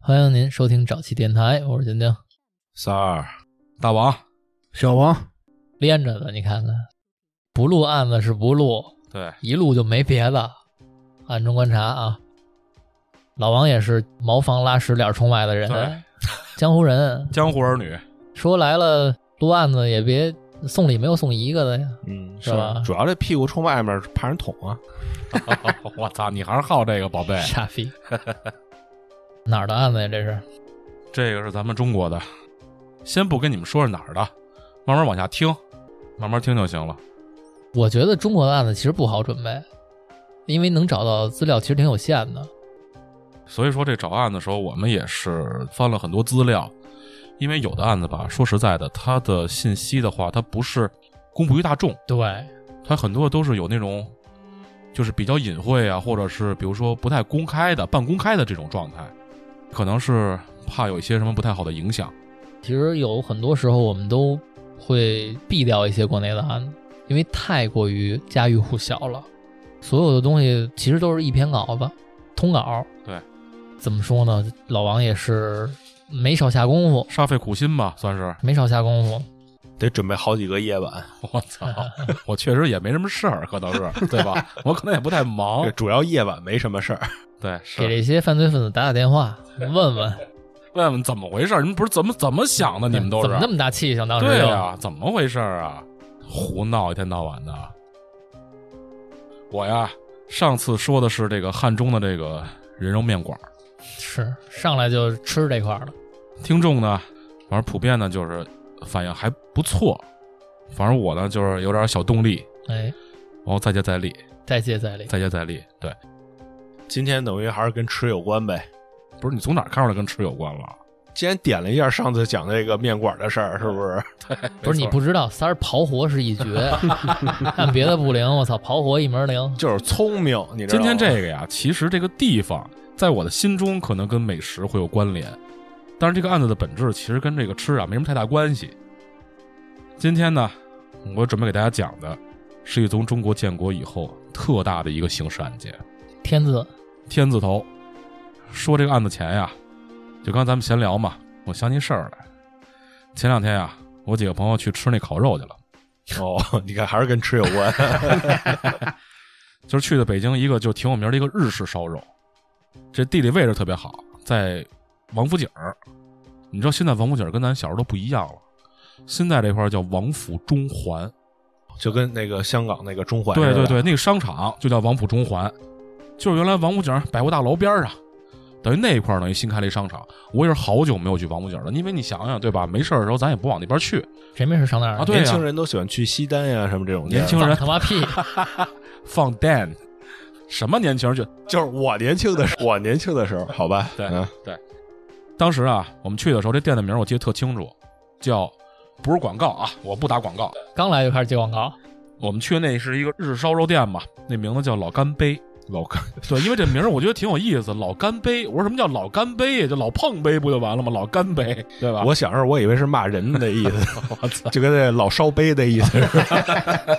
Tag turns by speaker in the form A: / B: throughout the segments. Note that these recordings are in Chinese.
A: 欢迎您收听早期电台，我是丁丁，
B: 三儿、大王，
C: 小王，
A: 连着的，你看看，不录案子是不录，
B: 对，
A: 一录就没别的，暗中观察啊。老王也是茅房拉屎脸冲外的人
B: 对，
A: 江湖人。
B: 江湖儿女，
A: 说来了，录案子也别送礼没有送一个的呀。
B: 嗯，
A: 是吧
B: 主要这屁股冲外面怕人捅啊！ 我操，你还是好这个宝贝
A: 傻逼， 哪儿的案子呀？这是
B: 这个是咱们中国的，先不跟你们说是哪儿的，慢慢往下听，慢慢听就行了。
A: 我觉得中国的案子其实不好准备，因为能找到资料其实挺有限的。
B: 所以说这找案的时候，我们也是翻了很多资料，因为有的案子吧，说实在的，它的信息的话，它不是公布于大众，
A: 对，
B: 它很多都是有那种。就是比较隐晦啊，或者是比如说不太公开的、半公开的这种状态，可能是怕有一些什么不太好的影响。
A: 其实有很多时候我们都会避掉一些国内的案子，因为太过于家喻户晓了。所有的东西其实都是一篇稿子，通稿。
B: 对，
A: 怎么说呢？老王也是没少下功夫，
B: 煞费苦心吧，算是。
A: 没少下功夫。
C: 得准备好几个夜晚，
B: 我 操，我确实也没什么事儿，可能是对吧？我可能也不太忙
C: 这。主要夜晚没什么事儿。
B: 对，
A: 给
B: 是
A: 这些犯罪分子打打电 话，问问
B: 问问怎么回事儿？你们不是怎么怎么想的？你们都是
A: 怎
B: 啊
A: 么那么大气性？当时
B: 对啊
A: 就
B: 呀、怎么回事儿啊？胡闹一天到晚的。我呀，上次说的是这个汉中的这个人肉面馆儿，
A: 是上来就吃这块儿了。
B: 听众呢，反正普遍呢就是反应还不错，反正我呢就是有点小动力，
A: 哎，
B: 然后再接再厉，
A: 再接再厉。
B: 再接再厉。对，
C: 今天等于还是跟吃有关呗。
B: 不是你从哪儿看出来跟吃有关了？
C: 既然点了一下上次讲那个面馆的事儿，是不是？
A: 不是你
B: 哎没错
A: 不知道，三儿刨活是一绝， 按别的不灵，我操，刨活一门灵。
C: 就是聪明，你知
B: 今
C: 道吗？
B: 天这个呀，其实这个地方在我的心中可能跟美食会有关联，但是这个案子的本质其实跟这个吃啊没什么太大关系。今天呢，我准备给大家讲的是一宗中国建国以后特大的一个刑事案件
A: 天字
B: ——天字头。说这个案子前呀，就刚咱们闲聊嘛，我想起事儿来。前两天呀，我几个朋友去吃那烤肉去了，
C: 哦， 你看还是跟吃有关。
B: 就是去的北京一个就挺有名的一个日式烧肉，这地理位置特别好，在王府井儿。你知道现在王府井儿跟咱小时候都不一样了，现在这块儿叫王府中环，
C: 就跟那个香港那个中环似
B: 对
C: 的，
B: 对啊对，那个商场就叫王府中环，就是原来王府井儿百货大楼边儿上，啊等于那一块儿等于新开了一商场。我也是好久没有去王府井儿了，因为你想想对吧，没事儿的时候咱也不往那边去，
A: 谁没事上那儿
B: 啊对
C: 年轻人都喜欢去西单呀、什么这种地儿。
B: 年轻
A: 放
B: 人
A: 他妈 屁！
B: 放电，什么年轻人去
C: 就是我年轻的时候，我年轻的时候，好吧？
B: 对
C: 嗯
B: 当时啊，我们去的时候，这店的名儿我记得特清楚，叫不是广告啊，我不打广告。
A: 刚来就开始接广告，
B: 我们去的那是一个日式烧肉店嘛，那名字叫老干杯。
C: 老干
B: 对，因为这名儿我觉得挺有意思，老干杯。我说什么叫老干杯呀？就老碰杯不就完了吗？老干杯，对吧？
C: 我小时候我以为是骂人的意思，
B: 我操！
C: 就跟那老烧杯的意思似的。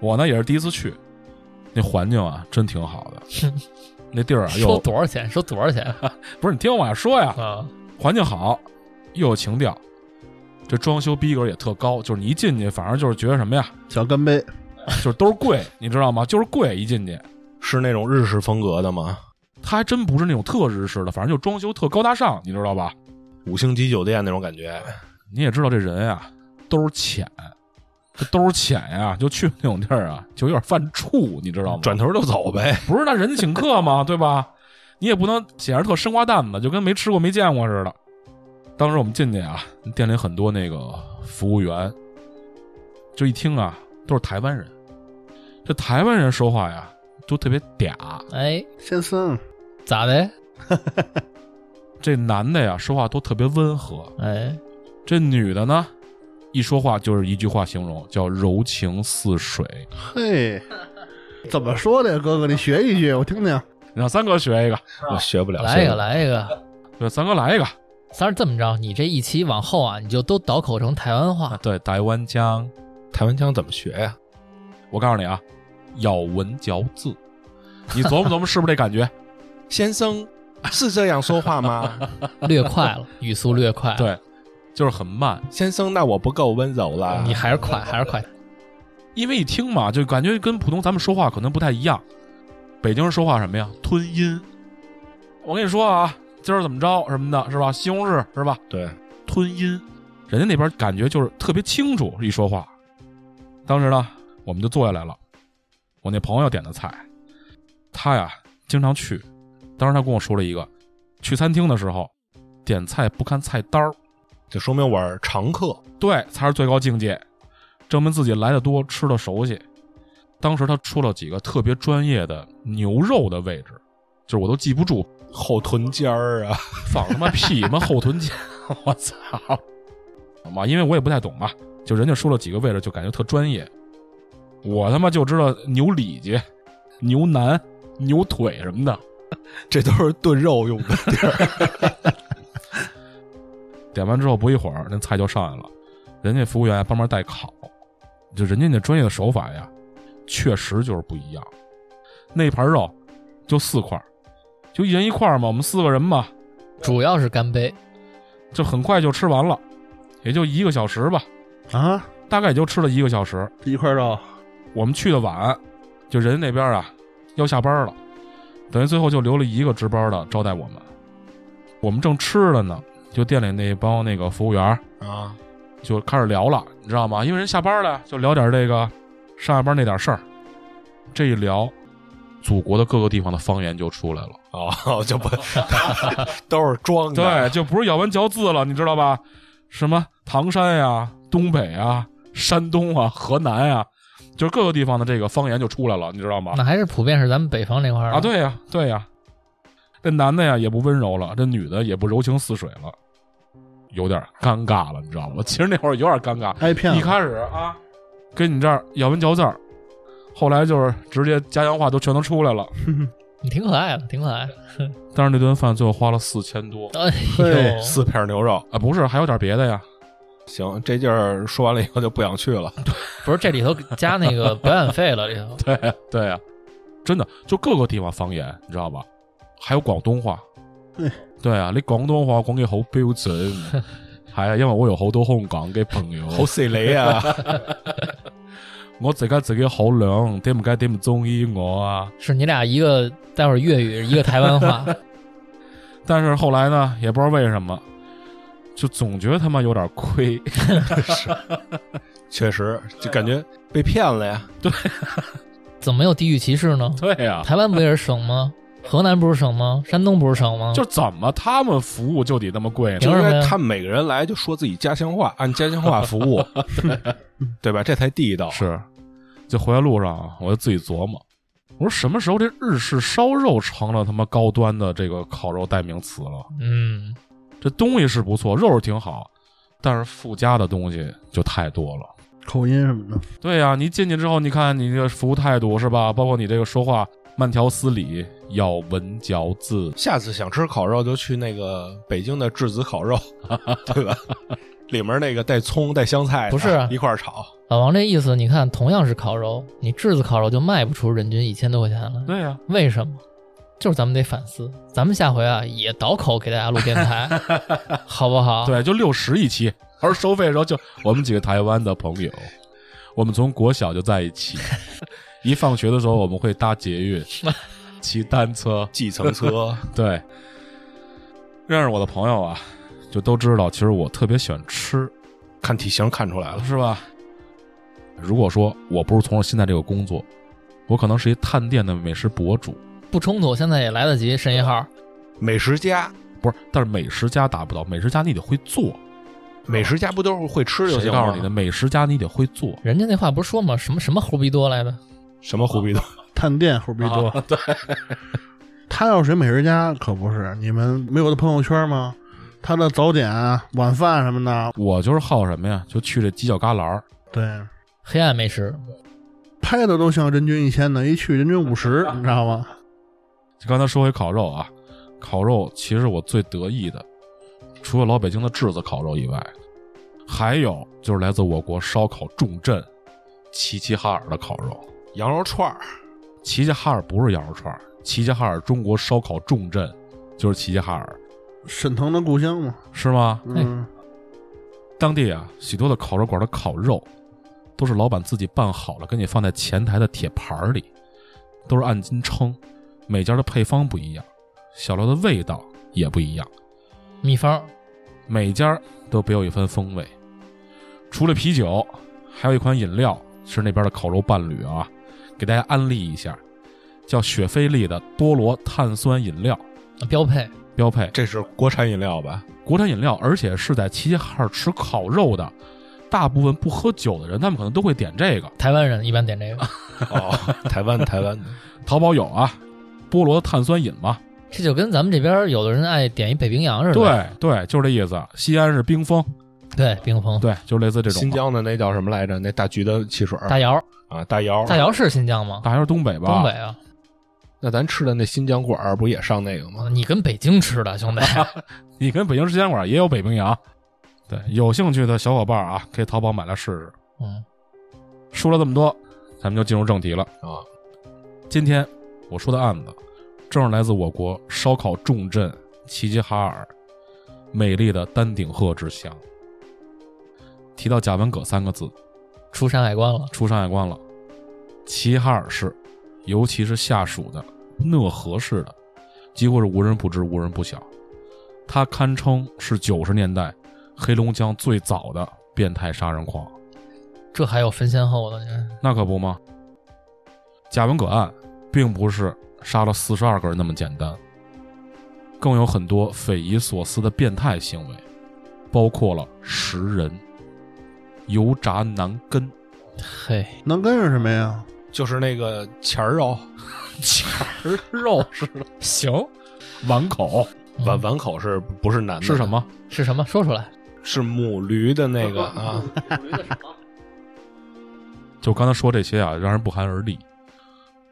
B: 我呢也是第一次去，那环境啊真挺好的，那地儿啊
A: 收
B: 又
A: 多少钱？收多少钱？
B: 不是你听我往下说呀，
A: 啊，
B: 环境好，又有情调，这装修逼格也特高，就是你一进去，反正就是觉得什么呀，
D: 小干杯，
B: 就是都是贵，你知道吗？就是贵，一进去。
C: 是那种日式风格的吗？
B: 它还真不是那种特日式的，反正就装修特高大上，你知道吧？
C: 五星级酒店那种感觉，
B: 你也知道这人啊，兜儿浅，这兜儿浅呀、就去那种地儿啊，就有点犯怵，你知道吗？
C: 转头就走呗。
B: 不是那人请客嘛， 对吧？你也不能显着特生瓜蛋子，就跟没吃过没见过似的。当时我们进去啊，店里很多那个服务员，就一听啊，都是台湾人。这台湾人说话呀，都特别嗲。
A: 哎，
D: 先生，
A: 咋的？
B: 这男的呀，说话都特别温和，
A: 哎，
B: 这女的呢，一说话就是一句话形容，叫柔情似水。
D: 嘿，怎么说的呀，哥哥？你学一句，我听听。
B: 让三哥学一啊个，
C: 我学不了，
A: 来一
C: 学
A: 个，
C: 不了。
A: 来一个。
B: 对，三哥来一个。
A: 三儿这么着，你这一期往后啊，你就都倒口成台湾话。
B: 对，台湾腔，
C: 台湾腔怎么学呀？
B: 我告诉你啊，咬文嚼字，你琢磨琢磨是不是这感觉？
C: 先生，是这样说话吗？
A: 略快 了，语速略快了。
B: 啊对，就是很慢，
C: 先生，那我不够温柔了
A: 你。还是快，还是快。
B: 因为一听嘛，就感觉跟普通咱们说话可能不太一样。北京人说话什么呀？吞音。我跟你说啊，今儿怎么着什么的，是吧？西红柿是吧？
C: 对，
B: 吞音，人家那边感觉就是特别清楚，一说话。当时呢，我们就坐下来了。我那朋友点的菜，他呀经常去。当时他跟我说了一个，去餐厅的时候点菜不看菜单儿，
C: 这说明我是常客。
B: 对，才是最高境界，证明自己来的多，吃的熟悉。当时他说了几个特别专业的牛肉的位置，就是我都记不住，
C: 后臀尖儿啊，
B: 放他妈屁，他妈后臀尖，我操！嘛，因为我也不太懂嘛，就人家说了几个位置，就感觉特专业。我他妈就知道牛里脊、牛腩、牛腿什么的，
C: 这都是炖肉用的。
B: 点完之后不一会儿，那菜就上来了，人家服务员帮忙带烤，就人家那专业的手法呀，确实就是不一样。那盘肉就四块儿，就一人一块儿嘛，我们四个人嘛，
A: 主要是干杯，
B: 就很快就吃完了，也就一个小时吧，
D: 啊，
B: 大概也就吃了一个小时。
D: 一块肉，
B: 我们去的晚，就人那边啊要下班了，等于最后就留了一个值班的招待我们。我们正吃着呢，就店里那帮那个服务员儿
C: 啊，
B: 就开始聊了，你知道吗？因为人下班了，就聊点这个上下班那点事儿。这一聊，祖国的各个地方的方言就出来了。
C: 哦，就不 都是装的。
B: 对，就不是咬文嚼字了，你知道吧？什么唐山呀、东北啊、山东啊、河南呀、就是各个地方的这个方言就出来了，你知道吗？
A: 那还是普遍是咱们北方这块儿的
B: 啊，，对呀、对呀、这男的呀也不温柔了，这女的也不柔情似水了，有点尴尬了，你知道吗？其实那会儿有点尴尬，
D: 挨骗
B: 一
D: 了。
B: 开始啊，跟你这儿咬文嚼字儿，后来就是直接家乡话都全都出来了。
A: 你挺可爱的，挺可爱的。
B: 但是那顿饭最后花了四千多
A: 哎
D: 对
A: 呦，
C: 四片牛肉，
B: 啊，不是，还有点别的呀。
C: 行，这地儿说完了以后就不想去了。
A: 不是这里头加那个表演费了，里头
B: 对对呀、真的就各个地方方言，你知道吧？还有广东话
D: 嗯。
B: 对啊，你广东話講嘅好標準，係啊，因為我有好多香港嘅朋友，
C: 好犀利啊！
B: 我自己自己好娘，點解點唔中意我啊？
A: 是你俩一个待会儿粤语，一个台湾 话，
B: 但是后来呢，也不知道为什么，就总觉得他妈有点亏。
C: 确实，就感觉被骗了呀。
A: 怎么没有地域歧视呢？
B: 对呀、
A: 台湾不也是省吗？河南不是省吗？山东不是省吗？
B: 就怎么他们服务就得那么贵呢？
A: 凭
C: 就
A: 什
C: 应
A: 么呀
C: 该他们每个人来就说自己家乡话，按家乡话服 务，对吧？这才地道。啊
B: 是，就回来路上啊，我就自己琢磨，我说什么时候这日式烧肉成了他妈高端的这个烤肉代名词了？
A: 嗯，
B: 这东西是不错，肉是挺好，但是附加的东西就太多了。
D: 口音什么的，
B: 对呀、你进去之后，你看你这个服务态度是吧？包括你这个说话慢条斯理，咬文嚼字，
C: 下次想吃烤肉就去那个北京的质子烤肉， 对吧？里面那个带葱带香菜的，
A: 不是啊
C: 一块儿炒，
A: 老王这意思，你看，同样是烤肉，你炙子烤肉就卖不出人均一千多块钱了，
B: 对呀、
A: 为什么？就是咱们得反思，咱们下回啊也倒口给大家录电 台，好不好？，
B: 对，就六十一期。而收费的时候，就我们几个台湾的朋友，我们从国小就在一起，一放学的时候我们会搭捷运、骑单车，
C: 计程 车
B: 对。认识我的朋友啊，就都知道，其实我特别喜欢吃，
C: 看体型看出来了。
B: 是吧？如果说我不是从事现在这个工作，我可能是一探店的美食博主，
A: 不冲突，现在也来得及，申一号。
C: 美食家，
B: 不是，但是美食家达不到，美食家你得会做，
C: 美食家不都是会吃就
B: 谁
C: 行
B: 告
C: 吗
B: 诉？你的？美食家你得会做，
A: 人家那话不是说吗？什么什么胡逼多来的？
C: 什么胡逼的？
D: 探店猴逼多。啊对， 他要谁美食家可不是，你们没有他朋友圈吗？他的早点、啊晚饭什么的，
B: 我就是好什么呀，就去这犄角旮旯儿，
D: 对，
A: 黑暗美食，
D: 拍的都像人均一千的，一去人均五 十，你知道吗？
B: 就刚才说回烤肉啊，烤肉其实我最得意的，除了老北京的炙子烤肉以外，还有就是来自我国烧烤重镇齐齐哈尔的烤肉。
C: 羊肉串儿，
B: 齐齐哈尔不是羊肉串儿，齐齐哈尔中国烧烤重镇，就是齐齐哈尔，
D: 沈腾的故乡嘛，
B: 是吗？
D: 嗯，
B: 当地啊，许多的烤肉馆的烤肉，都是老板自己拌好了，给你放在前台的铁盘儿里，都是按斤称，每家的配方不一样，小料的味道也不一样，
A: 秘方
B: 每家都别有一番风味。除了啤酒，还有一款饮料是那边的烤肉伴侣啊，给大家安利一下，叫雪菲力的多罗碳酸饮料，
A: 标配，
B: 标配
C: 这是国产饮料吧？
B: 国产饮料，而且是在齐齐哈尔吃烤肉的，大部分不喝酒的人，他们可能都会点这个。
A: 台湾人一般点这 个，
C: 哦，台湾台 湾的，
B: 淘宝有啊，菠萝碳酸饮嘛。
A: 这就跟咱们这边有的人爱点一北冰洋似的，
B: 对对，就是这意思。西安是冰峰，
A: 对对，冰峰
B: 对，就类似这种。
C: 新疆的那叫什么来着？那大橘的汽水儿
A: 大姚，
C: 啊，大姚。
A: 大姚是新疆吗？
B: 大还是东北吧？
A: 东北啊，
C: 那咱吃的那新疆馆儿不也上那个吗？
A: 你跟北京吃的兄弟，
B: 你跟北京时间馆也有北冰洋。对，有兴趣的小伙伴啊，可以淘宝买来试试。
A: 嗯，
B: 说了这么多，咱们就进入正题了。
C: 啊，
B: 今天我说的案子，正是来自我国烧烤重镇齐齐哈尔美丽的丹顶鹤之乡。提到贾文葛三个字，
A: 出山海关了，
B: 出山海关了。齐齐哈尔市，尤其是下属的讷河市的，几乎是无人不知、无人不晓。它堪称是九十年代黑龙江最早的变态杀人狂，
A: 这还有分先后的呢，
B: 那可不吗？贾文葛案并不是杀了四十二个人那么简单，更有很多匪夷所思的变态行为，包括了食人、油炸南根、
A: 嘿，
D: 南根是什么呀？
C: 就是那个钱儿肉，
B: 肉是行，碗口
A: 嗯
C: 碗碗口是不是男的？
B: 是什？么？
A: 是什么？说出来，
C: 是母驴的那个啊，
B: 就刚才说这些啊，让人不寒而栗。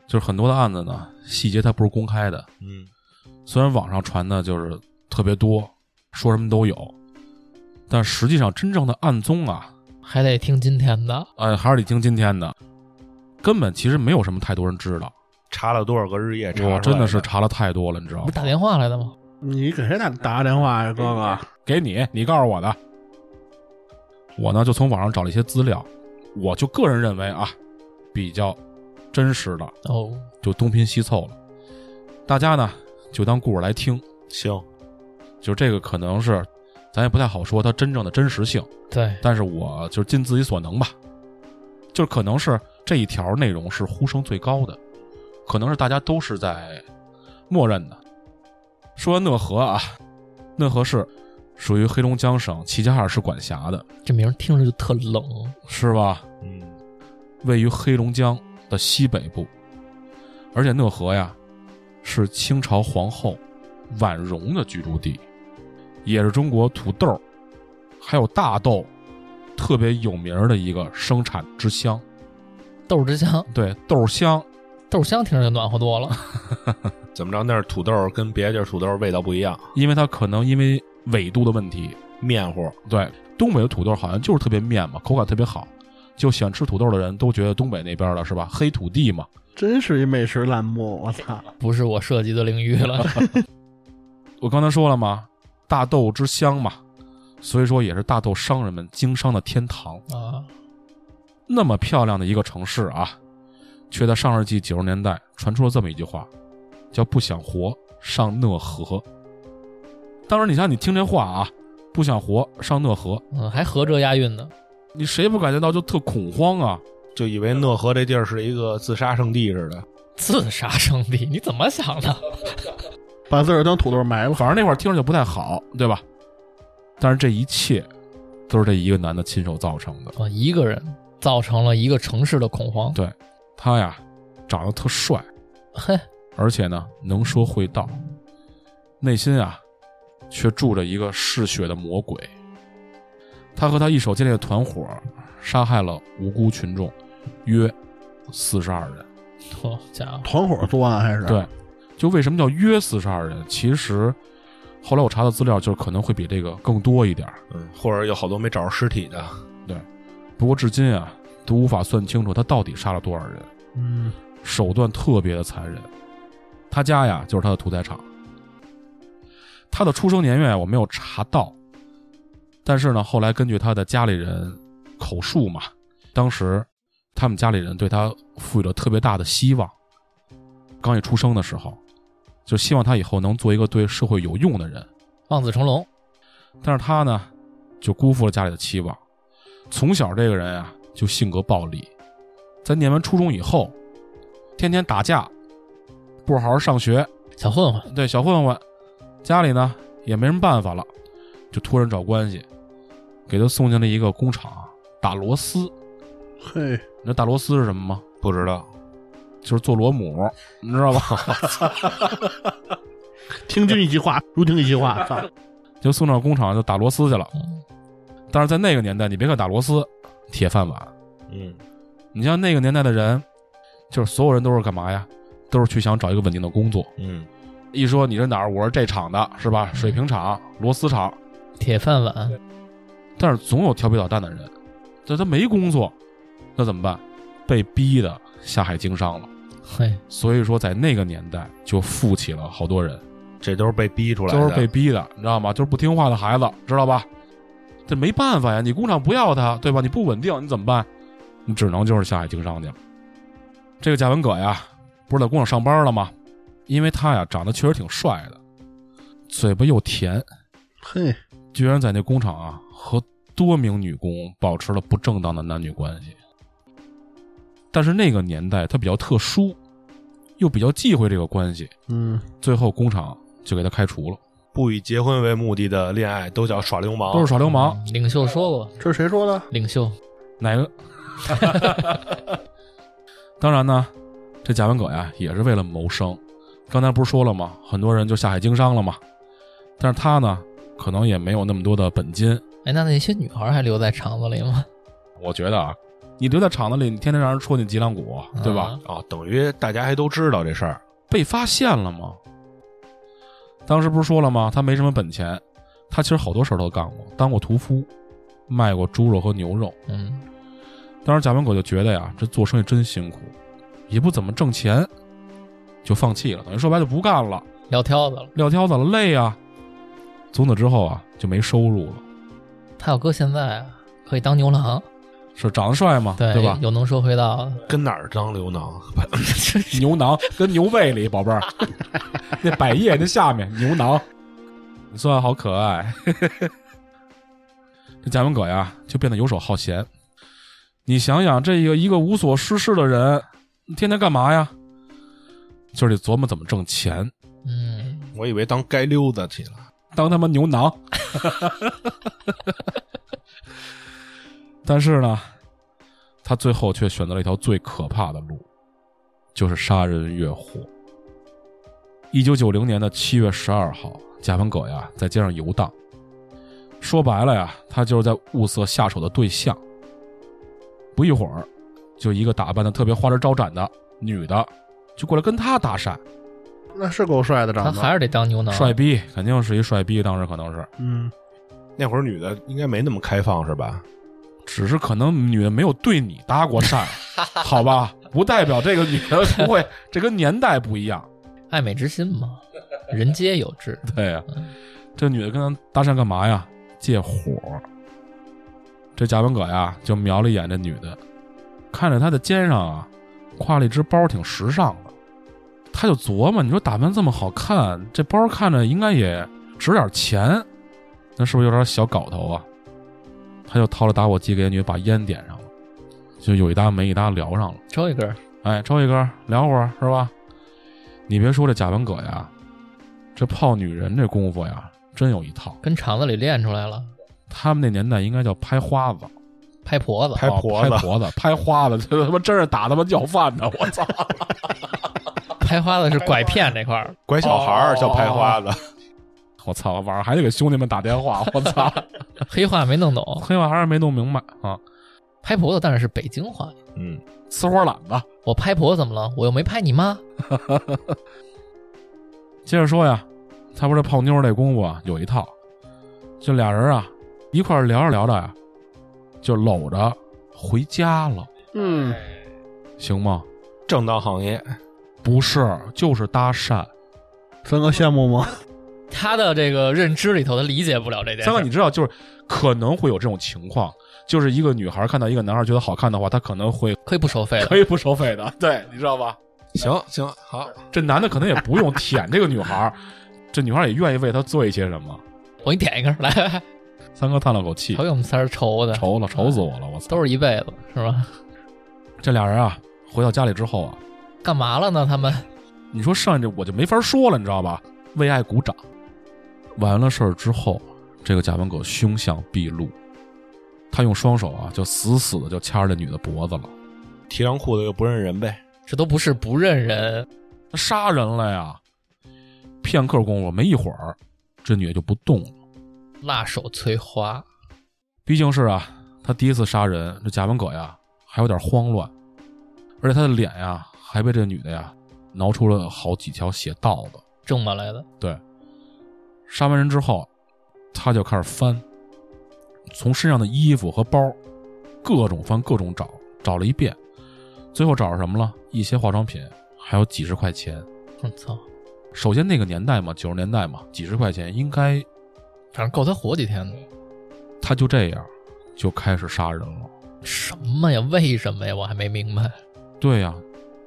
B: 就是很多的案子呢，细节它不是公开的，
C: 嗯，
B: 虽然网上传的就是特别多，说什么都有，但实际上真正的案宗啊，
A: 还得听今天的，
B: 呃，还是得听今天的，根本其实没有什么太多人知道。
C: 查了多少个日夜？查出来
B: 我真的是查了太多了，你知道
A: 不
B: 吗
A: 是？打电话来的吗？
D: 你给谁打打个电话呀，哥哥？
B: 给你，你告诉我的。我呢就从网上找了一些资料，我就个人认为啊，比较真实的，
A: 哦，
B: 就东拼西凑了。大家呢就当故事来听，
C: 行，
B: 就这个可能是，咱也不太好说它真正的真实性，
A: 对，
B: 但是我就尽自己所能吧，就是可能是这一条内容是呼声最高的，可能是大家都是在默认的。说完讷河啊，讷河市属于黑龙江省齐齐哈尔市管辖的，
A: 这名儿听着就特冷，
B: 是吧？
C: 嗯，
B: 位于黑龙江的西北部，而且讷河呀是清朝皇后婉容的居住地，也是中国土豆儿还有大豆特别有名儿的一个生产之乡。
A: 豆之乡，
B: 对，豆儿香，
A: 豆香听着就暖和多了。
C: 怎么着？那儿土豆跟别的地儿土豆味道不一样，
B: 因为它可能因为纬度的问题，
C: 面糊
B: 对东北的土豆好像就是特别面嘛，口感特别好，就喜欢吃土豆的人都觉得东北那边的是吧，黑土地嘛。
D: 真是一美食栏目，我操！
A: 不是我涉及的领域了。
B: 我刚才说了嘛，大豆之乡嘛，所以说也是大豆商人们经商的天堂。
A: 啊，
B: 那么漂亮的一个城市啊，却在上世纪九十年代传出了这么一句话，叫“不想活上讷河”。当然，你像你听这话啊，“不想活上讷河
A: 嗯，还合辙押韵呢。”，
B: 你谁不感觉到就特恐慌啊？
C: 就以为讷河这地儿是一个自杀圣地似的。
A: 自杀圣地，你怎么想的？
D: 把自个儿当土豆埋了。
B: 反正那会儿听着就不太好，对吧？但是这一切都是这一个男的亲手造成的。
A: 啊，一个人造成了一个城市的恐慌。
B: 他呀，长得特帅，
A: 嘿，
B: 而且呢能说会道，内心啊却住着一个嗜血的魔鬼。他和他一手建立的团伙杀害了无辜群众约四十二人。
A: 好家伙，
D: 团伙作案还是？啊
B: 对，就为什么叫约四十二人？其实后来我查的资料，就是可能会比这个更多一点儿。
C: 嗯，或者有好多没找着尸体的，
B: 不过至今啊，都无法算清楚他到底杀了多少人，
D: 嗯，
B: 手段特别的残忍。他家呀，就是他的屠宰场。他的出生年月我没有查到，但是呢，后来根据他的家里人口述嘛，当时他们家里人对他赋予了特别大的希望。刚一出生的时候，就希望他以后能做一个对社会有用的人。
A: 望子成龙，
B: 但是他呢，就辜负了家里的期望。从小这个人啊，就性格暴力，在念完初中以后，天天打架，不好好上学，
A: 小混混，
B: 对小混混，家里呢也没什么办法了，就托人找关系，给他送进了一个工厂打螺丝。
D: 嘿，
B: 你知道打螺丝是什么吗？
C: 不知道，
B: 就是做螺母，你知道吧？
D: 听君一席话，如听一席话，操，
B: 就送到工厂就打螺丝去了
A: 嗯。
B: 但是在那个年代，你别看打螺丝，铁饭碗，
C: 嗯，
B: 你像那个年代的人，就是所有人都是干嘛呀？都是去想找一个稳定的工作。
C: 嗯，
B: 一说你是哪儿，我是这厂的，是吧？水平厂、螺丝厂，
A: 铁饭碗，
B: 但是总有调皮捣蛋的人，这他没工作，那怎么办？被逼的下海经商了。
A: 嘿，
B: 所以说，在那个年代就富起了好多人，
C: 这都是被逼出来的，
B: 都是被逼的，你知道吗？就是不听话的孩子，知道吧？这没办法呀，你工厂不要他，对吧？你不稳定，你怎么办？你只能就是下海经商去了。这个贾文葛呀，不是在工厂上班了吗？因为他呀长得确实挺帅的，嘴巴又甜，
D: 嘿，
B: 居然在那工厂啊和多名女工保持了不正当的男女关系。但是那个年代他比较特殊，又比较忌讳这个关系，
D: 嗯，
B: 最后工厂就给他开除了，
C: 不以结婚为目的的恋爱都叫耍流氓，
B: 都是耍流氓。
A: 嗯领袖说过，
D: 这是谁说的？
A: 领袖，
B: 哪个？ 当然呢，这贾文葛呀也是为了谋生。刚才不是说了吗？很多人就下海经商了嘛。但是他呢，可能也没有那么多的本金。
A: 哎，那那些女孩还留在厂子里吗？
B: 我觉得啊，你留在厂子里，你天天让人戳你脊梁骨， 对吧？
A: 啊？
C: 啊，等于大家还都知道这事儿，
B: 被发现了吗？当时不是说了吗？他没什么本钱，他其实好多事儿都干过，当过屠夫，卖过猪肉和牛肉。
A: 嗯，
B: 当时贾文狗就觉得呀，这做生意真辛苦，也不怎么挣钱，就放弃了，等于说白了就不干了，
A: 撂挑子了。
B: 撂挑子了，累啊。从此之后啊，就没收入了。
A: 他要搁现在啊，可以当牛郎，
B: 是长得帅嘛，
A: 对
B: 吧？
A: 有能说会道的，
C: 跟哪儿当流氓？
B: 牛囊跟牛胃里，宝贝 儿，那百叶那下面牛囊，你算好可爱。 这贾文葛呀，就变得游手好闲。你想想，这个一个无所事事的人，你天天干嘛呀？就是得琢磨怎么挣钱。
A: 嗯，
C: 我以为当街溜子去了，
B: 当他妈牛囊。 但是呢，他最后却选择了一条最可怕的路，就是杀人越货。一九九零年的七月十二号，贾文葛呀在街上游荡，说白了呀，他就是在物色下手的对象。不一会儿，就一个打扮的特别花枝招展的女的，就过来跟他搭讪，
D: 那是够帅的，
A: 他
D: 长
A: 还
D: 得，
A: 是得当牛郎。
B: 帅逼，肯定是一帅逼，当时可能是。
D: 嗯，
C: 那会儿女的应该没那么开放是吧？
B: 只是可能女的没有对你搭过讪，好吧？不代表这个女的不会，这跟年代不一样。
A: 爱美之心嘛，人皆有 之。
B: 对呀、这女的跟他搭讪干嘛呀？借火。这贾文葛呀就瞄了一眼这女的，看着她的肩上啊挎了一只包，挺时尚的。他就琢磨，你说打扮这么好看，这包看着应该也值点钱，那是不是有点小搞头啊？他就掏了打火机给那女的把烟点上了，就有一搭没一搭聊上了。
A: 抽一根，
B: 哎，抽一根儿聊会儿是吧？你别说这贾文葛呀，这泡女人这功夫呀，真有一套。
A: 跟厂子里练出来了，
B: 他们那年代应该叫拍花子，
A: 拍婆子。
C: 拍
B: 哦
C: 婆子
B: 拍婆子，拍花子，这 他妈真是打他妈要饭的，我操！
A: 拍花子是拐骗这块 儿，
C: 拐小孩儿叫拍花子，
B: 我操，晚上还得给兄弟们打电话，我 操！
A: 黑话没弄懂。
B: 黑话还是没弄明白啊，
A: 拍婆子当然是北京话。
C: 嗯，
B: 呲花懒子。
A: 我拍婆子怎么了？我又没拍你妈。
B: 接着说呀，他不是泡妞儿这功夫啊，有一套，这俩人啊一块儿聊着聊着呀，就搂着回家了，
D: 嗯，
B: 行吗？
C: 正当行业，
B: 不是，就是搭讪。
D: 三哥羡慕吗？
A: 他的这个认知里头，他理解不了这件事
B: 三哥，
A: 儿。
B: 你知道，就是可能会有这种情况，就是一个女孩看到一个男孩觉得好看的话，她可能会
A: 可以不收费的
B: 可，以不收费的， 对，你知道吧？
C: 行行好，
B: 这男的可能也不用舔这个女孩， 这女孩也愿意为他做一些什么。
A: 我给你点一根儿来，
B: 三哥叹了口气
A: 瞧，给我们仨人愁的，
B: 愁了，愁死我了，我操！
A: 都是一辈子是吧？
B: 这俩人啊，回到家里之后啊，
A: 干嘛了呢？他们
B: 你说剩下这我就没法说了，你知道吧？为爱鼓掌。完了事儿之后，这个贾文狗凶相毕露，他用双手啊，就死死的就掐着这女的脖子了，
C: 提上裤子又不认人呗。
A: 这都不是不认人，
B: 他杀人了呀！片刻功夫，没一会儿，这女的就不动了。
A: 辣手摧花，
B: 毕竟是啊，他第一次杀人，这贾文革呀还有点慌乱，而且他的脸呀还被这女的呀挠出了好几条血道子。
A: 挣过来的。
B: 对，杀完人之后，他就开始翻，从身上的衣服和包各种翻，各种找，找了一遍，最后找着什么了？一些化妆品，还有几十块钱。
A: 我嗯操，
B: 首先那个年代嘛，九十年代嘛，几十块钱应该
A: 反正够他活几天的。
B: 他就这样就开始杀人了。
A: 什么呀？为什么呀？我还没明白
B: 对呀、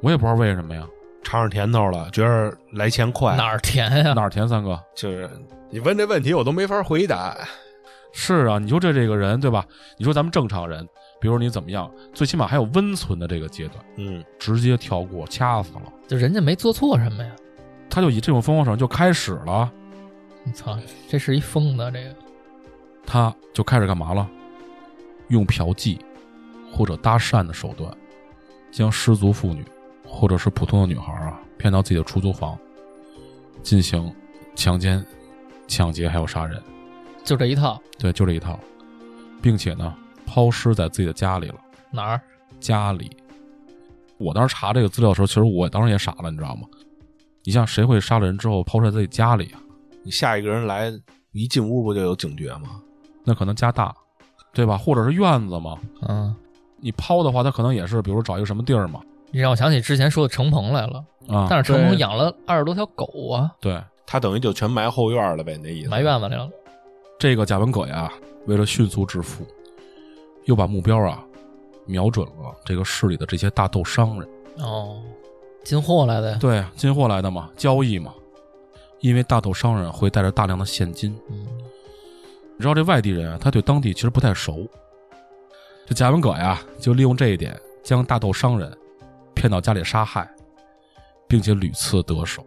B: 我也不知道为什么呀，
C: 尝上甜头了，觉着来钱快，
A: 哪儿啊甜呀、
B: 哪儿甜三哥？
C: 就是你问这问题我都没法回答。
B: 是啊，你说这这个人对吧？你说咱们正常人，比如你怎么样，最起码还有温存的这个阶段，
C: 嗯，
B: 直接跳过，掐死了。
A: 就人家没做错什么呀。
B: 他就以这种疯狂手段就开始了，
A: 我嗯操，这是一疯子，这个
B: 他就开始干嘛了？用嫖妓或者搭讪的手段，将失足妇女或者是普通的女孩啊骗到自己的出租房，进行强奸、抢劫还有杀人。
A: 就这一套
B: 对，就这一套，并且呢抛尸在自己的家里了。
A: 哪儿？
B: 家里。我当时查这个资料的时候，其实我当时也傻了，你知道吗？你像谁会杀了人之后抛尸在自己家里啊？
C: 你下一个人来，一进屋不就有警觉吗？
B: 那可能家大，对吧？或者是院子嘛。
A: 嗯，
B: 你抛的话，他可能也是，比如说找一个什么地儿嘛，
A: 你让我想起之前说的程鹏来了，
B: 啊，
A: 但是程鹏
C: 对
A: 养了二十多条狗啊，
B: 对
C: 他等于就全埋后院了呗，你那意思？
A: 埋院子里了。
B: 这个贾文革呀，为了迅速致富，又把目标啊瞄准了这个市里的这些大豆商人。
A: 哦，进货来的呀。
B: 对啊，进货来的嘛，交易嘛。因为大豆商人会带着大量的现金，
A: 嗯，
B: 你知道这外地人啊，他对当地其实不太熟。这贾文革呀，就利用这一点，将大豆商人骗到家里杀害，并且屡次得手。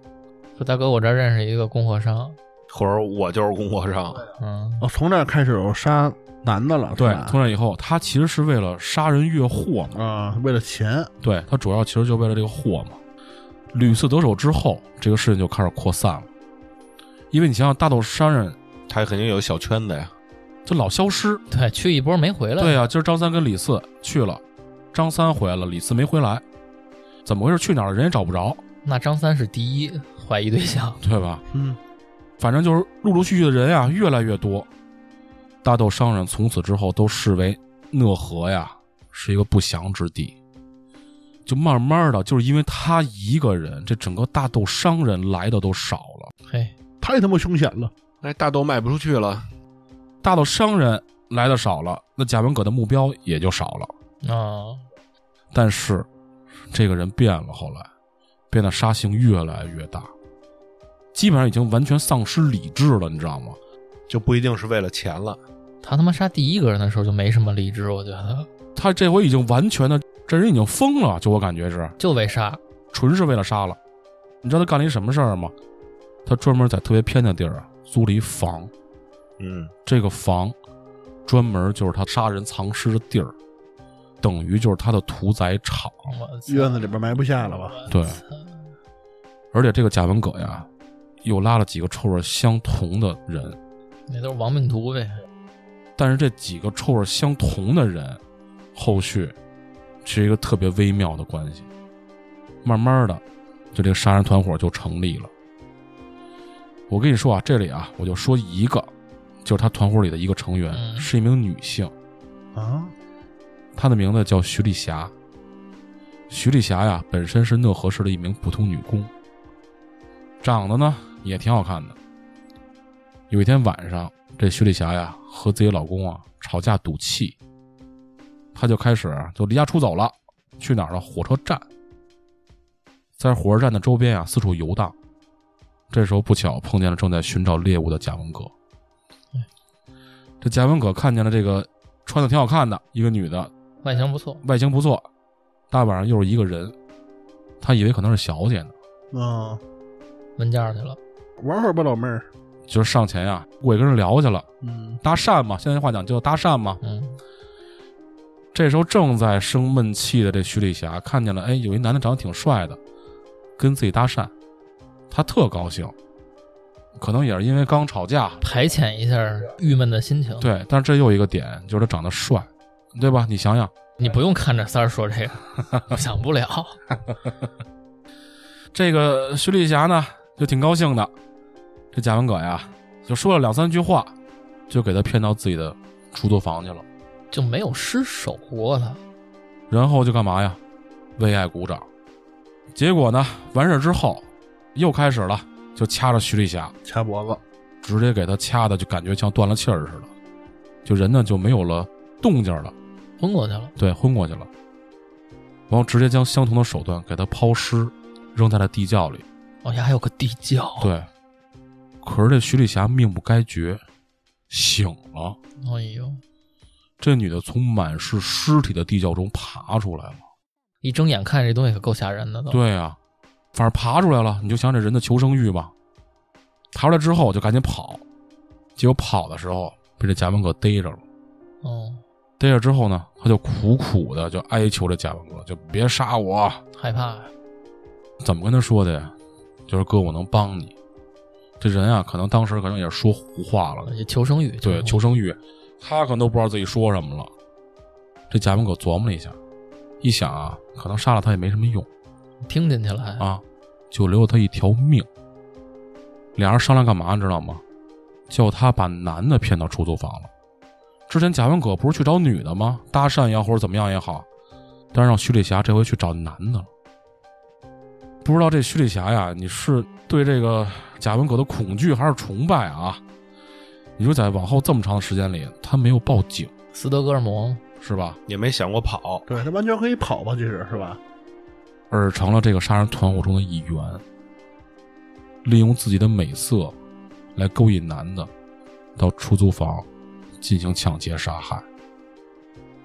A: 说大哥，我这儿认识一个供货商，
C: 或者我就是供货商，
A: 嗯，
D: 哦，从那儿开始有杀男的了，
B: 对
D: 是，吧
B: 从那以后，他其实是为了杀人越货嘛，
D: 啊、为了钱，
B: 对他主要其实就为了这个货嘛。屡次得手之后，这个事情就开始扩散了，因为你想想，大豆商人
C: 他肯定有小圈子呀。
B: 就老消失，
A: 对，去一波没回来。
B: 对呀、今儿张三跟李四去了，张三回来了，李四没回来，怎么回事？去哪儿了？人也找不着，
A: 那张三是第一怀疑对象，
B: 对吧？
D: 嗯，
B: 反正就是陆陆续续的人呀、越来越多，大豆商人从此之后都视为讷河呀是一个不祥之地。就慢慢的，就是因为他一个人，这整个大豆商人来的都少了。
A: 嘿，
D: 太他妈凶险了，
C: 那哎大豆卖不出去了，
B: 大豆商人来的少了，那贾文革的目标也就少了。
A: 哦，
B: 但是这个人变了，后来变得杀性越来越大，基本上已经完全丧失理智了，你知道吗？
C: 就不一定是为了钱了。
A: 他他妈杀第一个人的时候就没什么理智，我觉得
B: 他这回已经完全的，这人已经疯了，就我感觉是。
A: 就为杀，
B: 纯是为了杀了。你知道他干了一什么事儿吗？他专门在特别偏的地儿啊租了一房，
C: 嗯，
B: 这个房专门就是他杀人藏尸的地儿，等于就是他的屠宰场。
A: 我操
D: 院子里边埋不下了吧？
B: 对，而且这个贾文革呀，又拉了几个臭味相同的人，
A: 那都是亡命徒呗。
B: 但是这几个臭味相同的人，后续是一个特别微妙的关系。慢慢的，就这个杀人团伙就成立了。我跟你说啊，这里啊，我就说一个，就是他团伙里的一个成员、
A: 嗯
B: 是一名女性，
D: 啊，
B: 她的名字叫徐丽霞。徐丽霞呀，本身是讷河市的一名普通女工，长得呢也挺好看的，有一天晚上，这徐丽霞呀和自己老公啊吵架赌气，她就开始啊就离家出走了，去哪儿了？火车站，在火车站的周边啊四处游荡。这时候不巧碰见了正在寻找猎物的贾文革。这贾文革看见了这个穿的挺好看的一个女的，
A: 外形不错，
B: 外形不错，大晚上又是一个人，他以为可能是小姐呢，
D: 嗯，
A: 问价去了，
D: 玩会儿吧，老妹儿，
B: 就是上前呀、我也跟人聊去了，
D: 嗯，
B: 搭讪嘛，现在话讲叫搭讪嘛。
A: 嗯，
B: 这时候正在生闷气的这徐丽霞看见了，哎，有一男的长得挺帅的，跟自己搭讪，她特高兴，可能也是因为刚吵架，
A: 排遣一下郁闷的心情。，
B: 对，但是这又一个点就是他长得帅，对吧？你想想，
A: 你不用看着三儿说这个，我想不了。
B: 这个徐丽霞呢就挺高兴的，这贾文革呀就说了两三句话，就给他骗到自己的出租房去了，
A: 就没有失手过他。
B: 然后就干嘛呀？为爱鼓掌。结果呢，完事儿之后又开始了，就掐着徐丽霞，
D: 掐脖子，
B: 直接给她掐的就感觉像断了气儿似的，就人呢就没有了动静了，
A: 昏过去了，
B: 对，昏过去了。然后直接将相同的手段给她抛尸，扔在了地窖里。
A: 往哦下还有个地窖。
B: 对，可是这徐丽霞命不该绝，醒了。
A: 哎呦，
B: 这女的从满是尸体的地窖中爬出来了。
A: 一睁眼看这东西可够吓人的都。，
B: 对呀、反正爬出来了，你就想这人的求生欲吧。爬出来之后就赶紧跑，结果跑的时候被这贾文革逮着了。
A: 哦，
B: 逮着之后呢，他就苦苦的就哀求这贾文革，就别杀我，
A: 害怕呀。
B: 怎么跟他说的呀？就是哥，我能帮你。这人啊，可能当时可能也是说胡话了，
A: 也求生欲，
B: 对，求
A: 生
B: 生欲，他可能都不知道自己说什么了。这贾文革琢磨了一下，一想啊，可能杀了他也没什么用
A: 欲听进去了还，
B: 啊，就留了他一条命。俩人商量干嘛，你知道吗？叫他把男的骗到出租房了。之前贾文革不是去找女的吗？搭讪也好，或者怎么样也好，但是让徐丽霞这回去找男的了。不知道这徐丽霞呀，你是对这个贾文革的恐惧还是崇拜啊？你说在往后这么长的时间里，他没有报警
A: 斯德哥尔摩嘛，
B: 是吧？
C: 也没想过跑，
D: 对他完全可以跑吧，其实是吧？
B: 而成了这个杀人团伙中的一员，利用自己的美色来勾引男的到出租房进行抢劫杀害。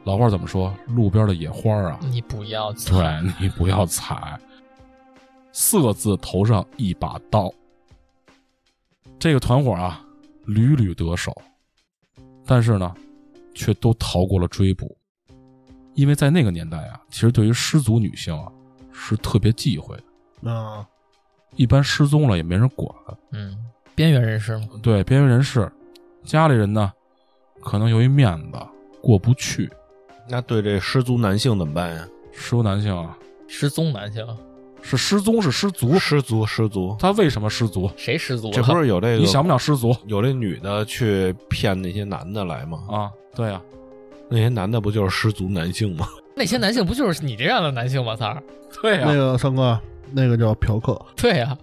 B: 老话怎么说？路边的野花啊，
A: 你不要
B: 对你不要踩。四个字头上一把刀。这个团伙啊，屡屡得手，但是呢，却都逃过了追捕，因为在那个年代啊，其实对于失足女性啊是特别忌讳的，
D: 嗯，
B: 一般失踪了也没人管。
A: 嗯，边缘人士嘛，
B: 对边缘人士，家里人呢，可能由于面子过不去，
C: 那对这失足男性怎么办呀？
B: 失足男性啊
A: 失踪男性，
B: 是失踪是失足，
C: 失足，失足，
B: 他为什么失足？
A: 谁失足了？
C: 这不是有这个？
B: 你想不想失足？
C: 有这女的去骗那些男的来吗？
B: 啊，对呀、
C: 那些男的不就是失足男性吗？
A: 那些男性不就是你这样的男性吗？三儿，
B: 对
D: 那个三哥，那个叫嫖客，
A: 对呀、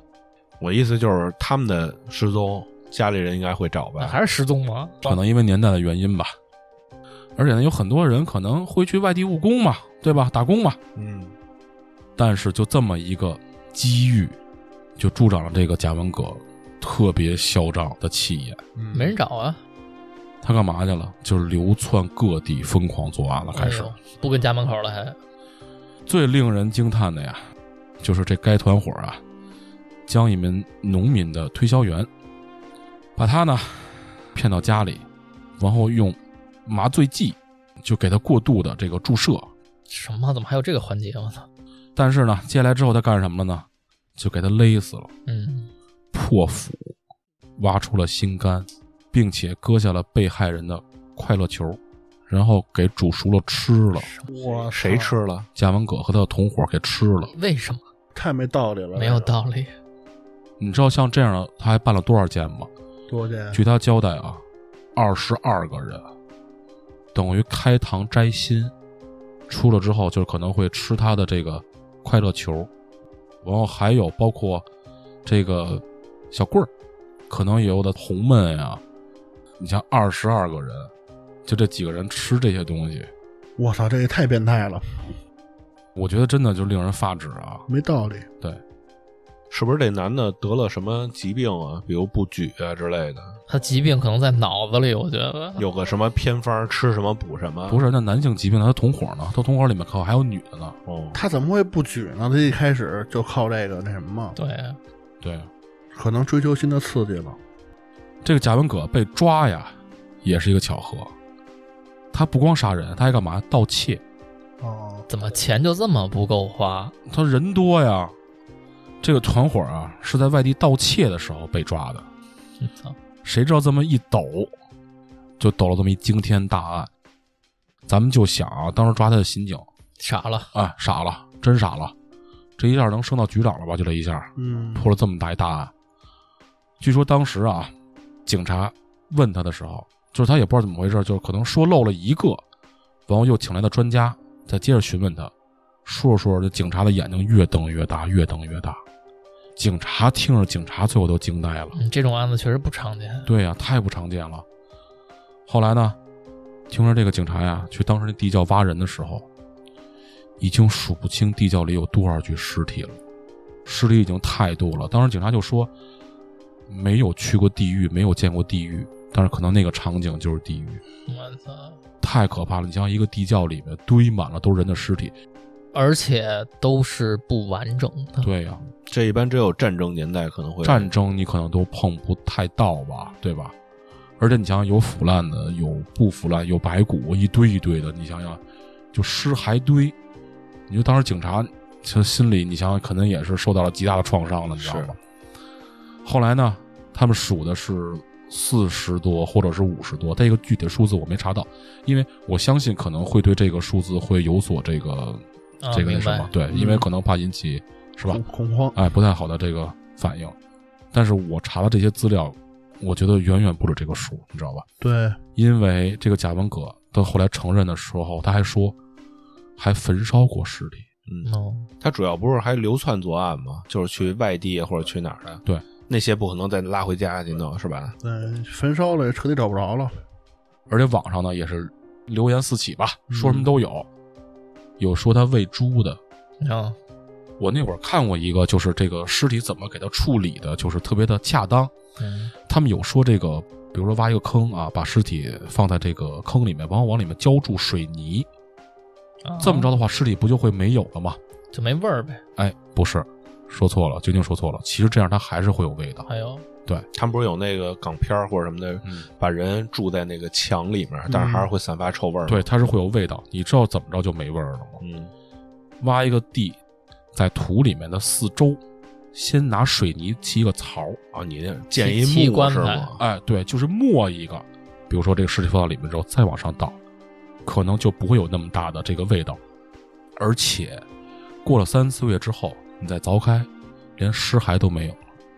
C: 我意思就是他们的失踪，家里人应该会找
A: 那
C: 吧？
A: 还是失踪吗？
B: 可能因为年代的原因吧。而且呢，有很多人可能会去外地务工嘛，对吧？打工嘛。
C: 嗯，
B: 但是就这么一个机遇，就助长了这个贾文革特别嚣张的气焰。
D: 嗯
A: 没人找啊，
B: 他干嘛去了？就是流窜各地，疯狂作案了。开始
A: 哎呦不跟家门口了还，
B: 最令人惊叹的呀，就是这该团伙啊，将一名农民的推销员，把他呢骗到家里，然后用麻醉剂就给他过度的这个注射，
A: 什么？怎么还有这个环节？我操！
B: 但是呢，接下来之后他干什么了呢？就给他勒死了，
A: 嗯，
B: 破腹，挖出了心肝，并且割下了被害人的快乐球，然后给煮熟了吃了。啊
D: 我
C: 谁
D: 操
C: 吃了？
B: 贾文革和他的同伙给吃了。
A: 为什么
D: 太没道理了，
A: 没有道理？
B: 你知道像这样的他还办了多少件吗？
D: 多见，
B: 据他交代啊，二十二个人，等于开膛摘心，出了之后就是可能会吃他的这个快乐球，然后还有包括这个小棍儿，可能也有的红焖呀。你像二十二个人，就这几个人吃这些东西，
D: 我操，这也太变态了，
B: 我觉得真的就令人发指啊！
D: 没道理。
C: 是不是这男的得了什么疾病啊？比如不举啊之类的，
A: 他疾病可能在脑子里，我觉得。
C: 有个什么偏方，吃什么补什么？
B: 不是，那男性疾病，他同伙呢？他同伙里面可还有女的呢。
C: 哦，
D: 他怎么会不举呢？他一开始就靠这个那什么，
A: 对，啊
B: 对，
D: 可能追求新的刺激了。
B: 这个贾文革被抓呀，也是一个巧合。他不光杀人，他还干嘛？盗窃。
D: 哦，
A: 怎么钱就这么不够花？
B: 他人多呀，这个团伙啊是在外地盗窃的时候被抓的。
A: 嗯操
B: 谁知道这么一抖，就抖了这么一惊天大案。咱们就想啊，当时抓他的刑警，
A: 傻了，
B: 哎，傻了，真傻了，这一下能升到局长了吧？就这一下
D: 嗯，
B: 破了这么大一大案。据说当时啊，警察问他的时候，就是他也不知道怎么回事，就是可能说漏了一个，然后又请来的专家再接着询问他，说着说着，这警察的眼睛越瞪越大，越瞪越大。警察听着，警察最后都惊呆了。
A: 嗯，这种案子确实不常见。
B: 对呀、太不常见了。后来呢，听说这个警察呀，去当时那地窖挖人的时候，已经数不清地窖里有多少具尸体了，尸体已经太多了。当时警察就说，没有去过地狱，没有见过地狱，但是可能那个场景就是地狱，
A: 我操！
B: 太可怕了。你像一个地窖里面堆满了都是人的尸体，
A: 而且都是不完整的。
B: 对呀、
C: 这一般只有战争年代可能会
B: 战争你可能都碰不太到吧，对吧？而且你想想，有腐烂的，有不腐烂，有白骨，一堆一堆的，你想想，就尸骸堆。你就当时警察，其实心里你想想，可能也是受到了极大的创伤了，你知道吗？后来呢，他们数的是四十多或者是五十多，这个具体数字我没查到，因为我相信可能会对这个数字会有所这个
A: 啊，
B: 这个那
A: 明
B: 什么
A: 白，。
B: 对，因为可能怕引起是吧
D: 恐恐慌，
B: 哎不太好的这个反应。但是我查了这些资料，我觉得远远不止这个数，你知道吧？
D: 对，
B: 因为这个贾文革到后来承认的时候，他还说还焚烧过尸体，
C: 嗯，
A: 哦，
C: 他主要不是还流窜作案吗？就是去外地啊或者去哪儿的，
B: 对，
C: 那些不可能再拉回家去弄，是吧？
D: 嗯，焚烧了也彻底找不着了。
B: 而且网上呢也是流言四起吧，说什么都有，有说他喂猪的。
A: 啊，
B: 我那会儿看过一个，就是这个尸体怎么给它处理的，就是特别的恰当。
A: 嗯，
B: 他们有说这个，比如说挖一个坑啊，把尸体放在这个坑里面，然后往里面浇筑水泥，
A: 啊
B: 这么着的话，尸体不就会没有了吗？
A: 就没味儿呗。
B: 哎，不是，说错了，决定说错了。其实这样它还是会有味道。
A: 还有，
C: 他们不是有那个港片儿或者什么的，
B: 嗯，
C: 把人住在那个墙里面，但是还是会散发臭味儿。
B: 对，，它是会有味道。你知道怎么着就没味儿了吗？
C: 嗯，
B: 挖一个地，在土里面的四周，先拿水泥砌一个槽儿。
C: 哦，你那建一
A: 奇奇
C: 木
A: 观
C: 是
A: 派
C: 吗？
B: 哎，对，就是磨一个。比如说这个尸体放到里面之后，再往上倒，可能就不会有那么大的这个味道。而且，过了三四个月之后，你再凿开，连尸骸都没有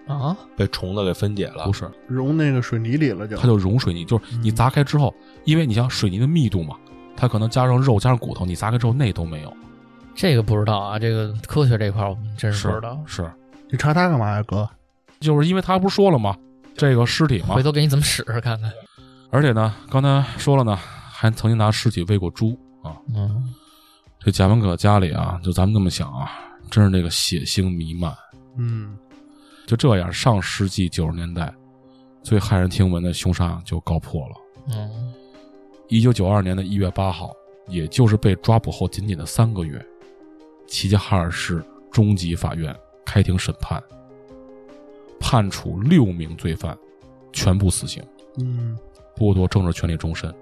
B: 了。
A: 啊，
C: 被虫子给分解了
B: 不。是，
D: 融那个水泥里了就，
B: 它就溶水泥，就是
A: 嗯
B: 你砸开之后，因为你像水泥的密度嘛，它可能加上肉加上骨头，你砸开之后那都没有。
A: 这个不知道啊，这个科学这块儿我们真是不知道。
B: 是，
D: 你查他干嘛呀，哥？
B: 就是因为他不是说了吗？这个尸体嘛
A: 回，头给你怎么使看看。
B: 而且呢，刚才说了呢，还曾经拿尸体喂过猪啊。
A: 嗯，
B: 这贾文革家里啊，就咱们这么想啊，真是这个血腥弥漫。
D: 嗯，
B: 就这样，上世纪九十年代最骇人听闻的凶杀案就告破了。
A: 嗯，
B: 一九九二年的一月八号，也就是被抓捕后仅仅的三个月，齐齐哈尔市中级法院开庭审判，判处六名罪犯全部死刑，
D: 嗯，
B: 剥夺政治权利终身。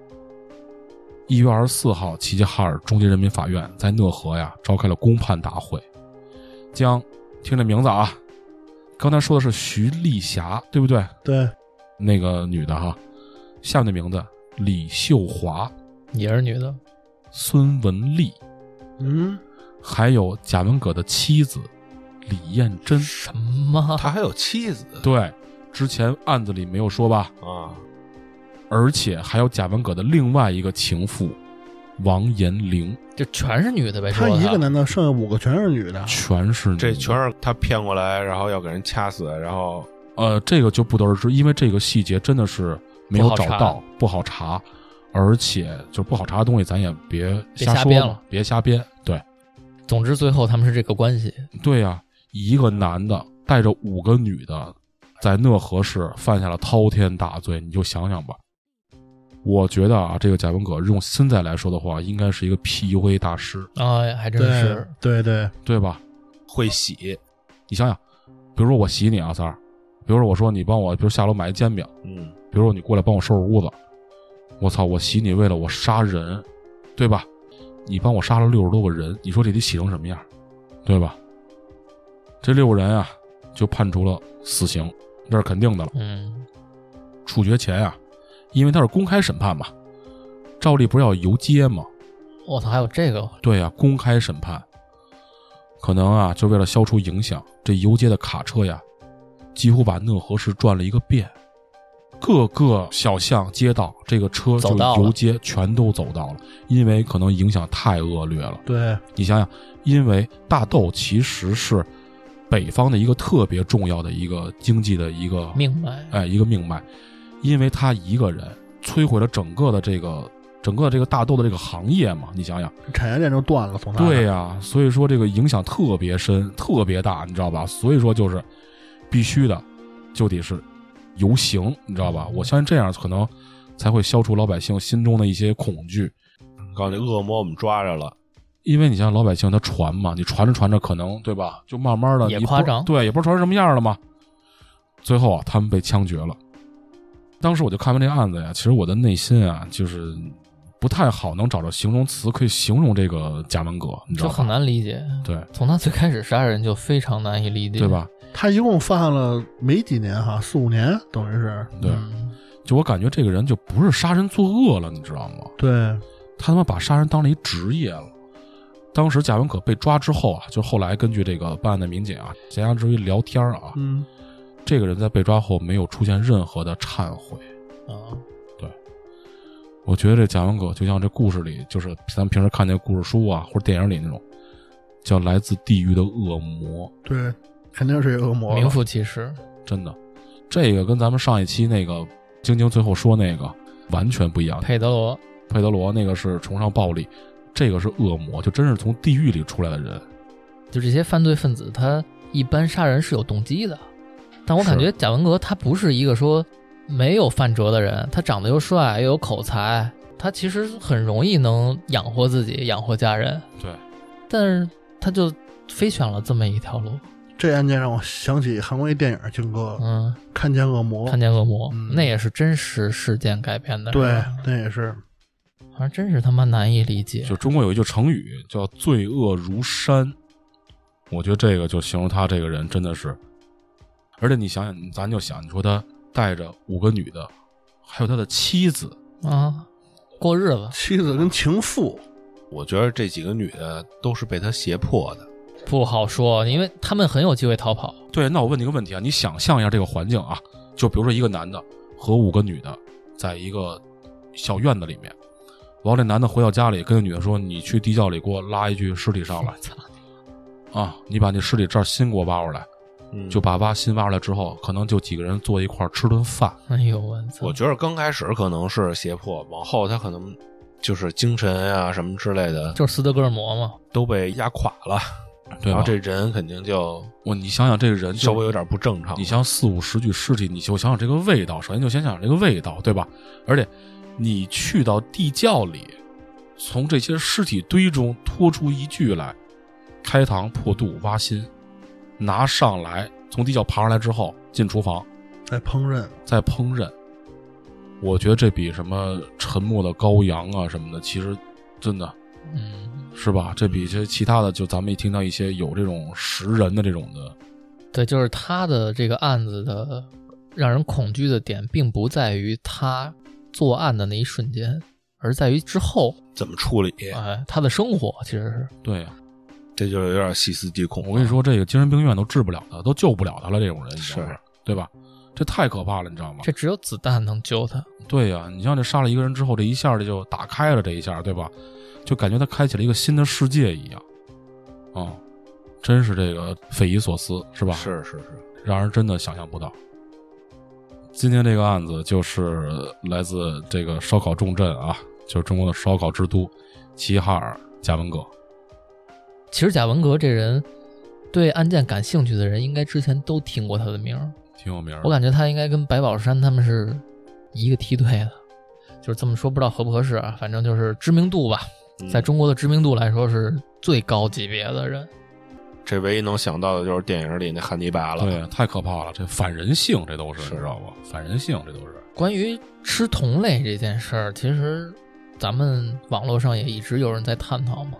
B: 一月二十四号，齐齐哈尔中级人民法院在讷河呀召开了公判大会，将听这名字啊，刚才说的是徐丽霞，对不对？
D: 对，
B: 那个女的哈，下面的名字李秀华、
A: 也是女的。
B: 孙文丽，
D: 嗯，
B: 还有贾文革的妻子李艳珍。
A: 什么？
C: 他还有妻子
B: 对，之前案子里没有说吧？
C: 啊，
B: 而且还有贾文革的另外一个情妇王延龄，
A: 就全是女的呗？
D: 他
A: 说
D: 一
A: 的啊
D: 个男的，剩下五个全是女的。
B: 啊全是女的
C: 这全是他骗过来，然后要给人掐死，然后
B: 呃，这个就不得而知，因为这个细节真的是没有
A: 不好
B: 找
A: 查
B: 到，不好查，啊而且就是不好查的东西，咱也别
A: 别
B: 瞎
A: 瞎
B: 说
A: 编
B: 嘛
A: 了，
B: 别瞎编。对
A: 总之，最后他们是这个关系，
B: 对呀、一个男的带着五个女的，在讷河市犯下了滔天大罪，你就想想吧。我觉得啊，这个贾文革用现在来说的话，应该是一个 PUA 大师，
A: 哎，还真
D: 对
A: 是
D: 对对，
B: 对吧？
C: 会洗，
B: 你想想，比如说我洗你啊，三儿，比如说我说你帮我，比如下楼买一煎饼，
C: 嗯，
B: 比如说你过来帮我收拾屋子，我操，我洗你为了我杀人，对吧？你帮我杀了六十多个人，你说这得洗成什么样，对吧？这六个人啊，就判处了死刑，那是肯定的了。
A: 嗯，
B: 处决前啊，因为他是公开审判嘛，照例不是要游街嘛，
A: 我操，还有这个，
B: 对呀、啊公开审判，可能啊，就为了消除影响，这游街的卡车呀，几乎把讷河市转了一个遍，各个小巷街道，这个车就
A: 走到了
B: 游街全都走到了，因为可能影响太恶劣了。
D: 对，
B: 你想想，因为大豆其实是北方的一个特别重要的一个经济的一个
A: 命脉，
B: 哎，一个命脉，因为他一个人摧毁了整个的这个整个这个大豆的这个行业嘛，你想想。
D: 产业链就断了，从他那儿
B: 对呀、所以说这个影响特别深，特别大，你知道吧？所以说就是必须的，就得是游行，你知道吧？我相信这样可能才会消除老百姓心中的一些恐惧，
C: 告诉你，恶魔我们抓着了，
B: 因为你像老百姓他传嘛，你传着传着可能对吧？就慢慢的
A: 也夸张
B: 对，也不知道传成什么样了嘛。最后啊，他们被枪决了。当时我就看完这个案子呀，其实我的内心啊，就是不太好能找着形容词可以形容这个贾文革，你知
A: 这
B: 道
A: 很
B: 吧？
A: 难理解。
B: 对
A: 从他最开始杀人就非常难以理解，
B: 对？吧？
D: 他一共犯了没几年哈，四五年，等于是
B: 对，
A: 嗯
B: 就我感觉这个人就不是杀人作恶了，你知道吗？
D: 对
B: 他他妈把杀人当了一职业了。当时贾文可被抓之后啊，就后来根据这个办案的民警啊，闲暇之余聊天儿啊，
D: 嗯，
B: 这个人在被抓后没有出现任何的忏悔。
A: 啊，
B: 我觉得这贾文可就像这故事里，就是咱们平时看那故事书啊，或者电影里那种，叫来自地狱的恶魔，
D: 对，肯定是一恶魔了，
A: 名副其实。
B: 真的。这个跟咱们上一期那个晶晶最后说那个完全不一样，
A: 佩德罗，
B: 佩德罗那个是崇尚暴力，这个是恶魔，就真是从地狱里出来的人。
A: 就这些犯罪分子，他一般杀人是有动机的，但我感觉贾文革他不是一个说没有犯辙的人，他长得又帅又有口才，他其实很容易能养活自己、养活家人，
B: 对，
A: 但是他就非选了这么一条路。
D: 这案件让我想起韩国一电影《靖哥》
A: 嗯，
D: 看见恶魔
A: 看》，见恶魔、
D: 嗯
A: 那也是真实事件改编的，
D: 对
A: 是吧，
D: 那也是，
A: 反正真是他妈难以理解。
B: 就中国有一句成语叫“罪恶如山”，我觉得这个就形容他这个人真的是。而且你想想，咱就想，你说他带着五个女的，还有他的妻子，
A: 啊，过日子
D: 妻子跟情妇，
C: 我觉得这几个女的都是被他胁迫的，
A: 不好说，因为他们很有机会逃跑。
B: 对，那我问你个问题啊，你想象一下这个环境啊，就比如说一个男的和五个女的在一个小院子里面，完了这男的回到家里，跟这女的说：“你去地窖里给我拉一具尸体上来
A: 我操，
B: 啊，你把那尸体这儿新给我挖出来。”
C: 嗯
B: 就把挖新挖出来之后，可能就几个人坐一块儿吃顿饭。
A: 哎呦我操！
C: 我觉得刚开始可能是胁迫，往后他可能就是精神啊什么之类的
A: 就是斯德哥尔摩嘛，
C: 都被压垮了，
B: 对
C: 然
B: 吧？
C: 后这人肯定就
B: 我你想想这个人就
C: 稍微有点不正常。
B: 你像四五十具尸体，你就想想这个味道，首先就先想想这个味道，对吧？而且你去到地窖里，从这些尸体堆中拖出一具来，开膛破肚挖心，拿上来，从地窖爬上来之后进厨房
D: 在烹饪，
B: 再烹饪，我觉得这比什么沉默的羔羊啊什么的，其实真的
A: 嗯，
B: 是吧？这比这其他的，就咱们一听到一些有这种食人的这种的，
A: 对，就是他的这个案子的让人恐惧的点，并不在于他作案的那一瞬间，而在于之后，
C: 怎么处理，
A: 哎，他的生活其实是
B: 对呀、
C: 这就有点细思极恐。
B: 我跟你，说，这个精神病院都治不了他，都救不了他了。这种人已经
C: 是
B: 对吧？这太可怕了，你知道吗？
A: 这只有子弹能救他。
B: 对呀、你像这杀了一个人之后，这一下这就打开了，这一下对吧？就感觉他开启了一个新的世界一样，哦啊、真是这个匪夷所思，是吧？
C: 是是是，
B: 让人真的想象不到。今天这个案子就是来自这个烧烤重镇啊，就是中国的烧烤之都齐齐哈尔贾文革。
A: 其实贾文革这人，对案件感兴趣的人应该之前都听过他的名儿。
B: 挺有名儿的。
A: 我感觉他应该跟白宝山他们是一个梯队的，就是这么说，不知道合不合适啊。反正就是知名度吧，
C: 嗯
A: 在中国的知名度来说是最高级别的人。
C: 这唯一能想到的就是电影里那汉尼拔了。
B: 对，太可怕了，这反人性，这都是
C: 是
B: 你知道吗？反人性，这都是。
A: 关于吃同类这件事儿，其实咱们网络上也一直有人在探讨嘛。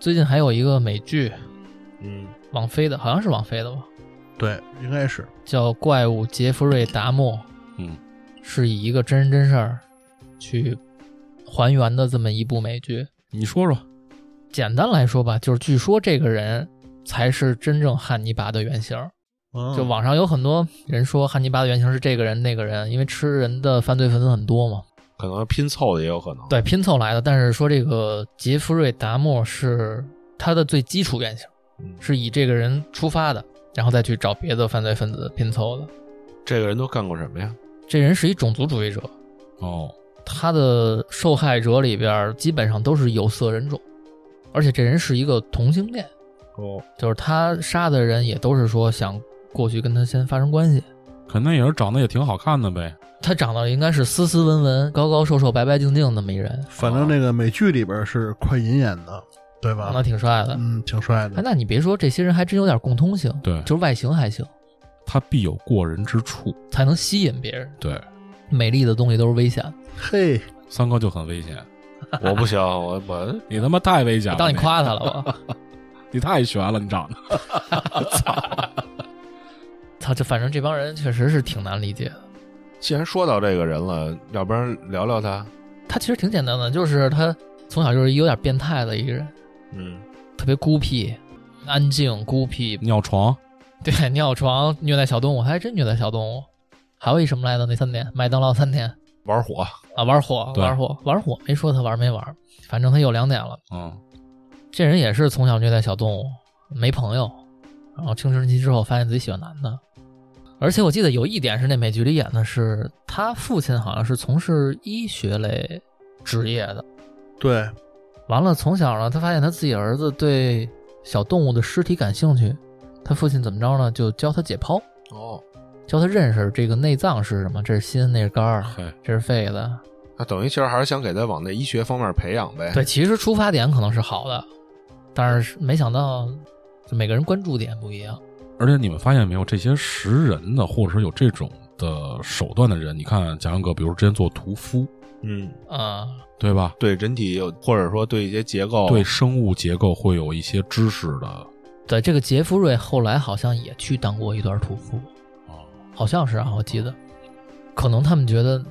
A: 最近还有一个美剧，
C: 嗯，
A: 网飞的，好像是网飞的吧，
D: 对，应该是
A: 叫《怪物杰弗瑞·达莫》，
B: 嗯，
A: 是以一个真人真事儿去还原的这么一部美剧。
B: 你说说，
A: 简单来说吧，就是据说这个人才是真正汉尼拔的原型儿。
D: 嗯
A: 就网上有很多人说汉尼拔的原型是这个人那个人，因为吃人的犯罪分子很多嘛，
C: 可能拼凑的也有可能。
A: 对，拼凑来的。但是说这个杰弗瑞·达莫是他的最基础原型，
C: 嗯
A: 是以这个人出发的，然后再去找别的犯罪分子拼凑的。
C: 这个人都干过什么呀？
A: 这人是一种族主义者，
B: 哦，
A: 他的受害者里边儿基本上都是有色人种，而且这人是一个同性恋。
C: 哦，
A: 就是他杀的人也都是说想过去跟他先发生关系。
B: 肯定也是长得也挺好看的呗。
A: 他长得应该是斯斯文文、高高瘦瘦、白白净净那么一人，
D: 反正那个美剧里边是快银演的，对
A: 长
D: 吧
A: 得？挺帅的。
D: 嗯，挺帅
A: 哎，
D: 的。
A: 那你别说，这些人还真有点共通性，
B: 对，
A: 就是外形还行，
B: 他必有过人之处。
A: 才能吸引别人。
B: 对，
A: 美丽的东西都是危险的，
D: 嘿，
B: 三哥就很危险，
C: 我不行，我我
B: 你他妈太危险
A: 我
B: 了。
A: 当你
B: 你，
A: 夸他了吧？
B: 你太悬了，你长得。
A: 操，这反正这帮人确实是挺难理解的。
C: 既然说到这个人了，要不然聊聊他。
A: 他其实挺简单的，就是他从小就是一有点变态的一个人，
C: 嗯，
A: 特别孤僻、安静、孤僻，
B: 尿床，
A: 对， 尿床、虐待小动物，还真虐待小动物。还有一什么来的？那三点，麦当劳三点
C: 玩火，
A: 啊，玩火，
B: 对
A: 玩火，玩火，没说他玩没玩，反正他有两点了。
B: 嗯，
A: 这人也是从小虐待小动物，没朋友，然后青春期之后发现自己喜欢男的。而且我记得有一点是那美剧里演的是，他父亲好像是从事医学类职业的。
D: 对，
A: 完了，从小呢，他发现他自己儿子对小动物的尸体感兴趣，他父亲怎么着呢，就教他解剖。
C: 哦，
A: 教他认识这个内脏是什么，这是心，那是肝儿，
B: 嘿，
A: 这是肺的。
C: 那等于其实还是想给他往那医学方面培养呗。
A: 对，，其实出发点可能是好的，但是没想到，就每个人关注点不一样。
B: 而且你们发现没有，这些识人的，或者是有这种的手段的人，你看贾文哥，比如之前做屠夫，
C: 嗯，
A: 啊、
B: 对吧？
C: 对人体有，或者说对一些结
A: 哦
C: 构，
B: 对，生物结构会有一些知识的。
A: 对，这个杰夫瑞后来好像也去当过一段屠夫，
B: 哦，
A: 好像是啊，我记得。可能他们觉得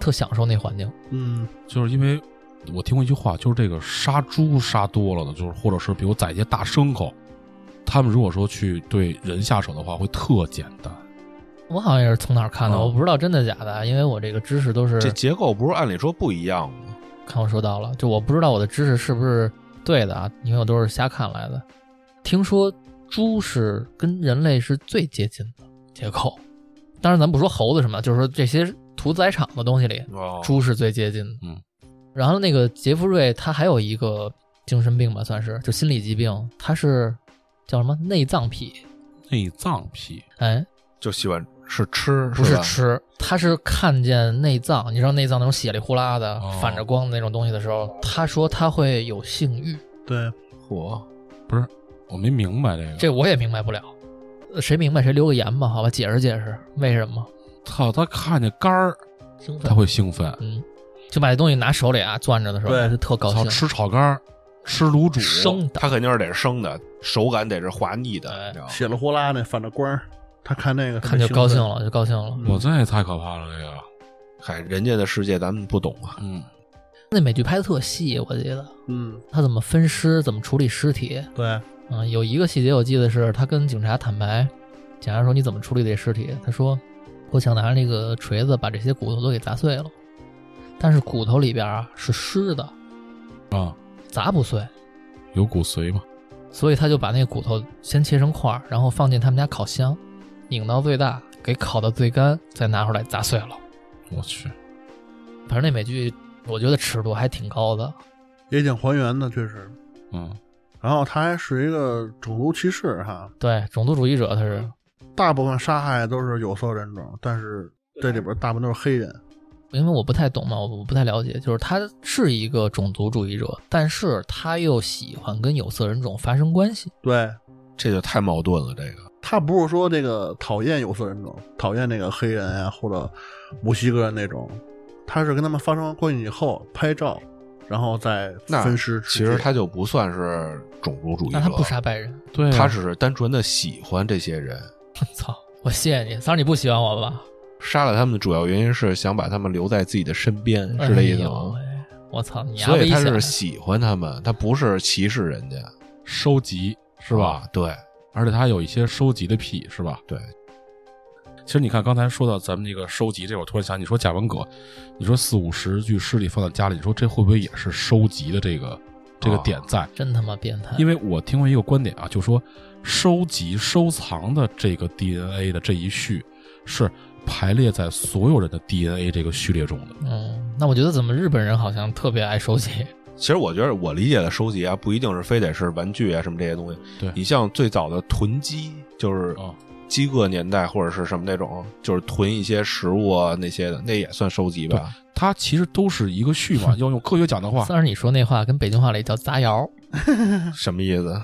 A: 特享受那环境，
D: 嗯，
B: 就是因为我听过一句话，就是这个杀猪杀多了的，就是或者是比如宰一些大牲口，他们如果说去对人下手的话，会特简单。
A: 我好像也是从哪儿看的，
B: 哦
A: 我不知道真的假的啊，因为我这个知识都是
C: 这结构不是按理说不一样吗？
A: 看我说到了，就我不知道我的知识是不是对的啊，因为我都是瞎看来的。听说猪是跟人类是最接近的结构，当然咱不说猴子什么，就是说这些屠宰场的东西里，
C: 哦，
A: 猪是最接近的。
B: 嗯，
A: 然后那个杰弗瑞他还有一个精神病吧，算是就心理疾病，他是叫什么内脏癖？
B: 内脏癖，
A: 哎，
C: 就喜欢是吃，
A: 不是
C: 吧
A: 吃，他是看见内脏，你知道内脏那种血里呼啦的、
B: 哦
A: 反着光的那种东西的时候，他说他会有性欲。
D: 对，
C: 火，
B: 我没明白这个。
A: 这我也明白不了，呃谁明白谁留个言吧，好吧，解释解释为什么
B: 操，他看见肝儿，
A: 兴奋
B: 他，会兴奋。
A: 嗯，就把这东西拿手里啊攥着的时候，
D: 对
A: 就特高
B: 操，
A: 兴，
B: 吃炒肝儿，吃卤煮，
A: 生的，
C: 它肯定是得是生的，手感得是滑腻的，
A: 哎
C: 你知道吗？
D: 血了呼啦那反着光儿，他看那个
A: 看就高兴
D: 兴奋，
A: 了，就高兴了。
B: 我这也太可怕了，这个。
C: 嗨，人家的世界咱们不懂啊。
B: 嗯，
A: 那美剧拍的特细，我记得
D: 嗯，
A: 他怎么分尸，怎么处理尸体，
D: 对，
A: 嗯，有一个细节我记得是他跟警察坦白，警察说你怎么处理这尸体？他说我想拿那个锤子把这些骨头都给砸碎了，但是骨头里边啊是湿的，
B: 啊，
A: 砸不碎。
B: 有骨髓吗？
A: 所以他就把那个骨头先切成块儿，然后放进他们家烤箱，拧到最大，给烤到最干，再拿出来砸碎了。
B: 我去，
A: 反正那美剧我觉得尺度还挺高的，
D: 也挺还原的，确实。
B: 嗯，
D: 然后他还是一个种族歧视哈，
A: 对种族主义者他是
D: 大部分杀害都是有色人种，但是这里边大部分都是黑人。
A: 因为我不太懂嘛，我我不太了解，就是他是一个种族主义者，但是他又喜欢跟有色人种发生关系。
D: 对
C: 这就太矛盾了。这个
D: 他不是说这个讨厌有色人种，讨厌那个黑人呀、或者墨西哥人那种，他是跟他们发生关系以后拍照，然后再
C: 那
D: 分尸
C: 其
D: 吃掉。
C: 实他就不算是种族主义
A: 那他不
C: 者，
A: 杀白人，
B: 对啊、
C: 他只是单纯的喜欢这些人，
A: 操！我谢谢你，三儿，你不喜欢我吧？
C: 杀了他们的主要原因是想把他们留在自己的身边，是这意思
A: 哎
C: 吗？
A: 呦喂？我操！你丫
C: 所以他
A: 危
C: 是
A: 险
C: 喜欢他们，他不是歧视人家，
B: 收集是
A: 嗯
B: 吧？
C: 啊？对，
B: 而且他有一些收集的癖是吧？
C: 对。
B: 其实你看，刚才说到咱们这个收集这会儿，我突然想，你说贾文革，你说四五十具尸体放在家里，你说这会不会也是收集的这个这个点在？
A: 真他妈变态！
B: 因为我听过一个观点啊，就说收集收藏的这个 DNA 的这一序是排列在所有人的 DNA 这个序列中的。
A: 嗯，那我觉得怎么日本人好像特别爱收集？
C: 其实我觉得我理解的收集啊，不一定是非得是玩具啊什么这些东西。
B: 对
C: 你像最早的囤积，就是
A: 哦
B: 啊
C: 饥饿年代或者是什么那种，就是囤一些食物啊那些的，那也算收集吧。
B: 它其实都是一个序 嘛，要用科学讲的话，
A: 三儿，你说那话跟北京话里叫砸窑，
C: 什么意思？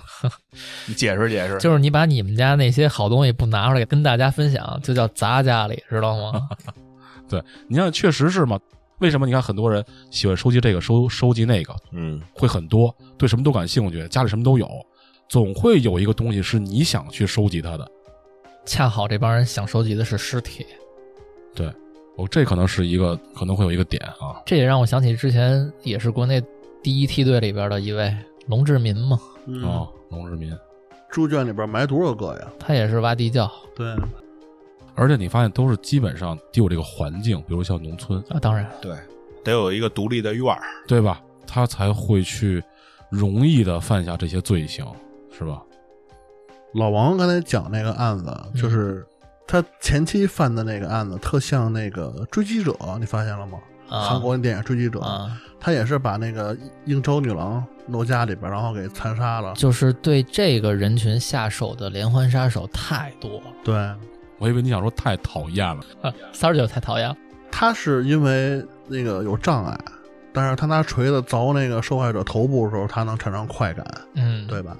C: 你解释解释。
A: 就是你把你们家那些好东西不拿出来跟大家分享，就叫砸家里，知道 吗？
B: 对，你看确实是嘛。为什么你看很多人喜欢收集这个收收集那个，
C: 嗯，
B: 会很多，对什么都感兴趣，家里什么都有，总会有一个东西是你想去收集它的。
A: 恰好这帮人想收集的是尸体，
B: 我哦这可能是一个可能会有一个点啊，
A: 这也让我想起之前也是国内第一梯队里边的一位龙志民嘛，
D: 嗯，
B: 啊，龙志民，
D: 猪圈里边埋多少个呀？
A: 他也是挖地窖
D: 对，
B: 而且你发现都是基本上得有这个环境，比如像农村，
A: 啊，当然
C: 对，得有一个独立的院儿。
B: 对吧？他才会去容易的犯下这些罪行，是吧？
D: 老王刚才讲那个案子，
C: 嗯
D: 就是他前期犯的那个案子，特像那个《追击者》，你发现了吗？
A: 啊，
D: 韩国那电影《追击者》，
A: 啊，
D: 他也是把那个应州女郎弄家里边，然后给残杀了。
A: 就是对这个人群下手的连环杀手太多了，
D: 对，
B: 我以为你想说太讨厌了，
A: 啊、三儿觉得太讨厌了，
D: 他是因为那个有障碍，但是他拿锤子凿那个受害者头部的时候，他能产生快感，
A: 嗯，
D: 对吧？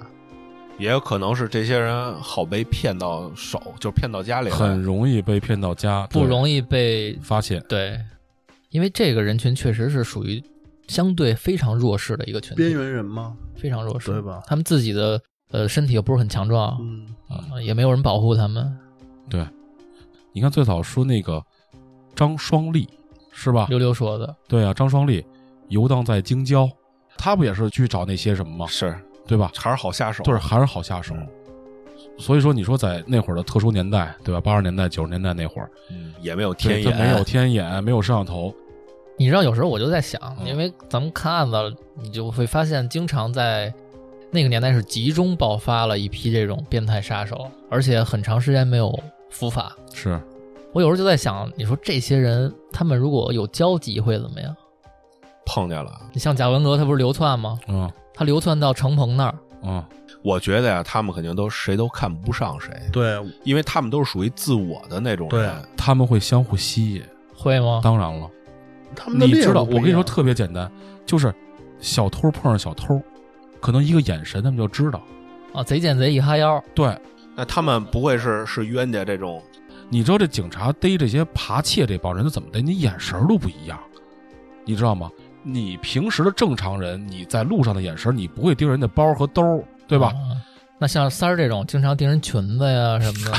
C: 也有可能是这些人好被骗到手，就是骗到家里来。
B: 很容易被骗到家，
A: 不
B: 易
A: 容易被
B: 发现。
A: 对，因为这个人群确实是属于相对非常弱势的一个群
D: 边
A: 体，
D: 缘人吗？
A: 非常弱势，
D: 对吧
A: 他们自己的呃身体又不是很强壮，
D: 嗯，
A: 啊也没有人保护他们。
B: 你看最早说那个张双立是吧？
A: 溜溜说的，
B: 对啊，张双立游荡在京郊，他不也是去找那些什么吗？
C: 是
B: 对吧？
C: 还是好下手。
B: 就是还是好下手。
C: 嗯
B: 所以说，你说在那会儿的特殊年代，对吧？八十年代、九十年代那会儿，
C: 嗯也没有
B: 对
C: 天眼，
B: 它没有天眼，没有摄像头，
A: 你知道有时候我就在想，
B: 嗯
A: 因为咱们看案子，你就会发现经常在那个年代是集中爆发了一批这种变态杀手，而且很长时间没有伏法。
B: 是
A: 我有时候就在想，你说这些人他们如果有交集会怎么样？
C: 碰见了。
A: 你像贾文革他不是流窜吗？
B: 嗯
A: 他流窜到程鹏那儿，
B: 嗯，
C: 我觉得呀、他们肯定都谁都看不上谁，
D: 对，
C: 因为他们都是属于自我的那种人。
B: 他们会相互吸引。
A: 会吗？
B: 当然了，
D: 他们的
B: 你
D: 猎
B: 知道，
D: 物不
B: 我跟
D: 一
B: 你说
D: 样
B: 特别简单，就是小偷碰上小偷，可能一个眼神他们就知道。
A: 啊，贼见贼一哈腰，
B: 对，
C: 那他们不会是是冤家这种，
B: 你知道这警察逮这些扒窃这帮人怎么逮？你眼神儿都不一样，你知道吗？你平时的正常人，你在路上的眼神儿，你不会盯人的包和兜儿，对
C: 哦
B: 吧？
A: 啊那像三儿这种经常盯人裙子呀什么的，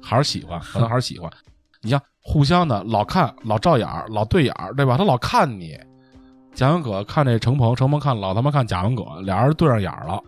B: 还是喜欢， 可能还是喜欢。你像互相的，老看老照眼儿，老对眼儿，对吧？他老看你，贾文革看这程鹏，程鹏看老他妈看贾文革，俩人对上眼儿了，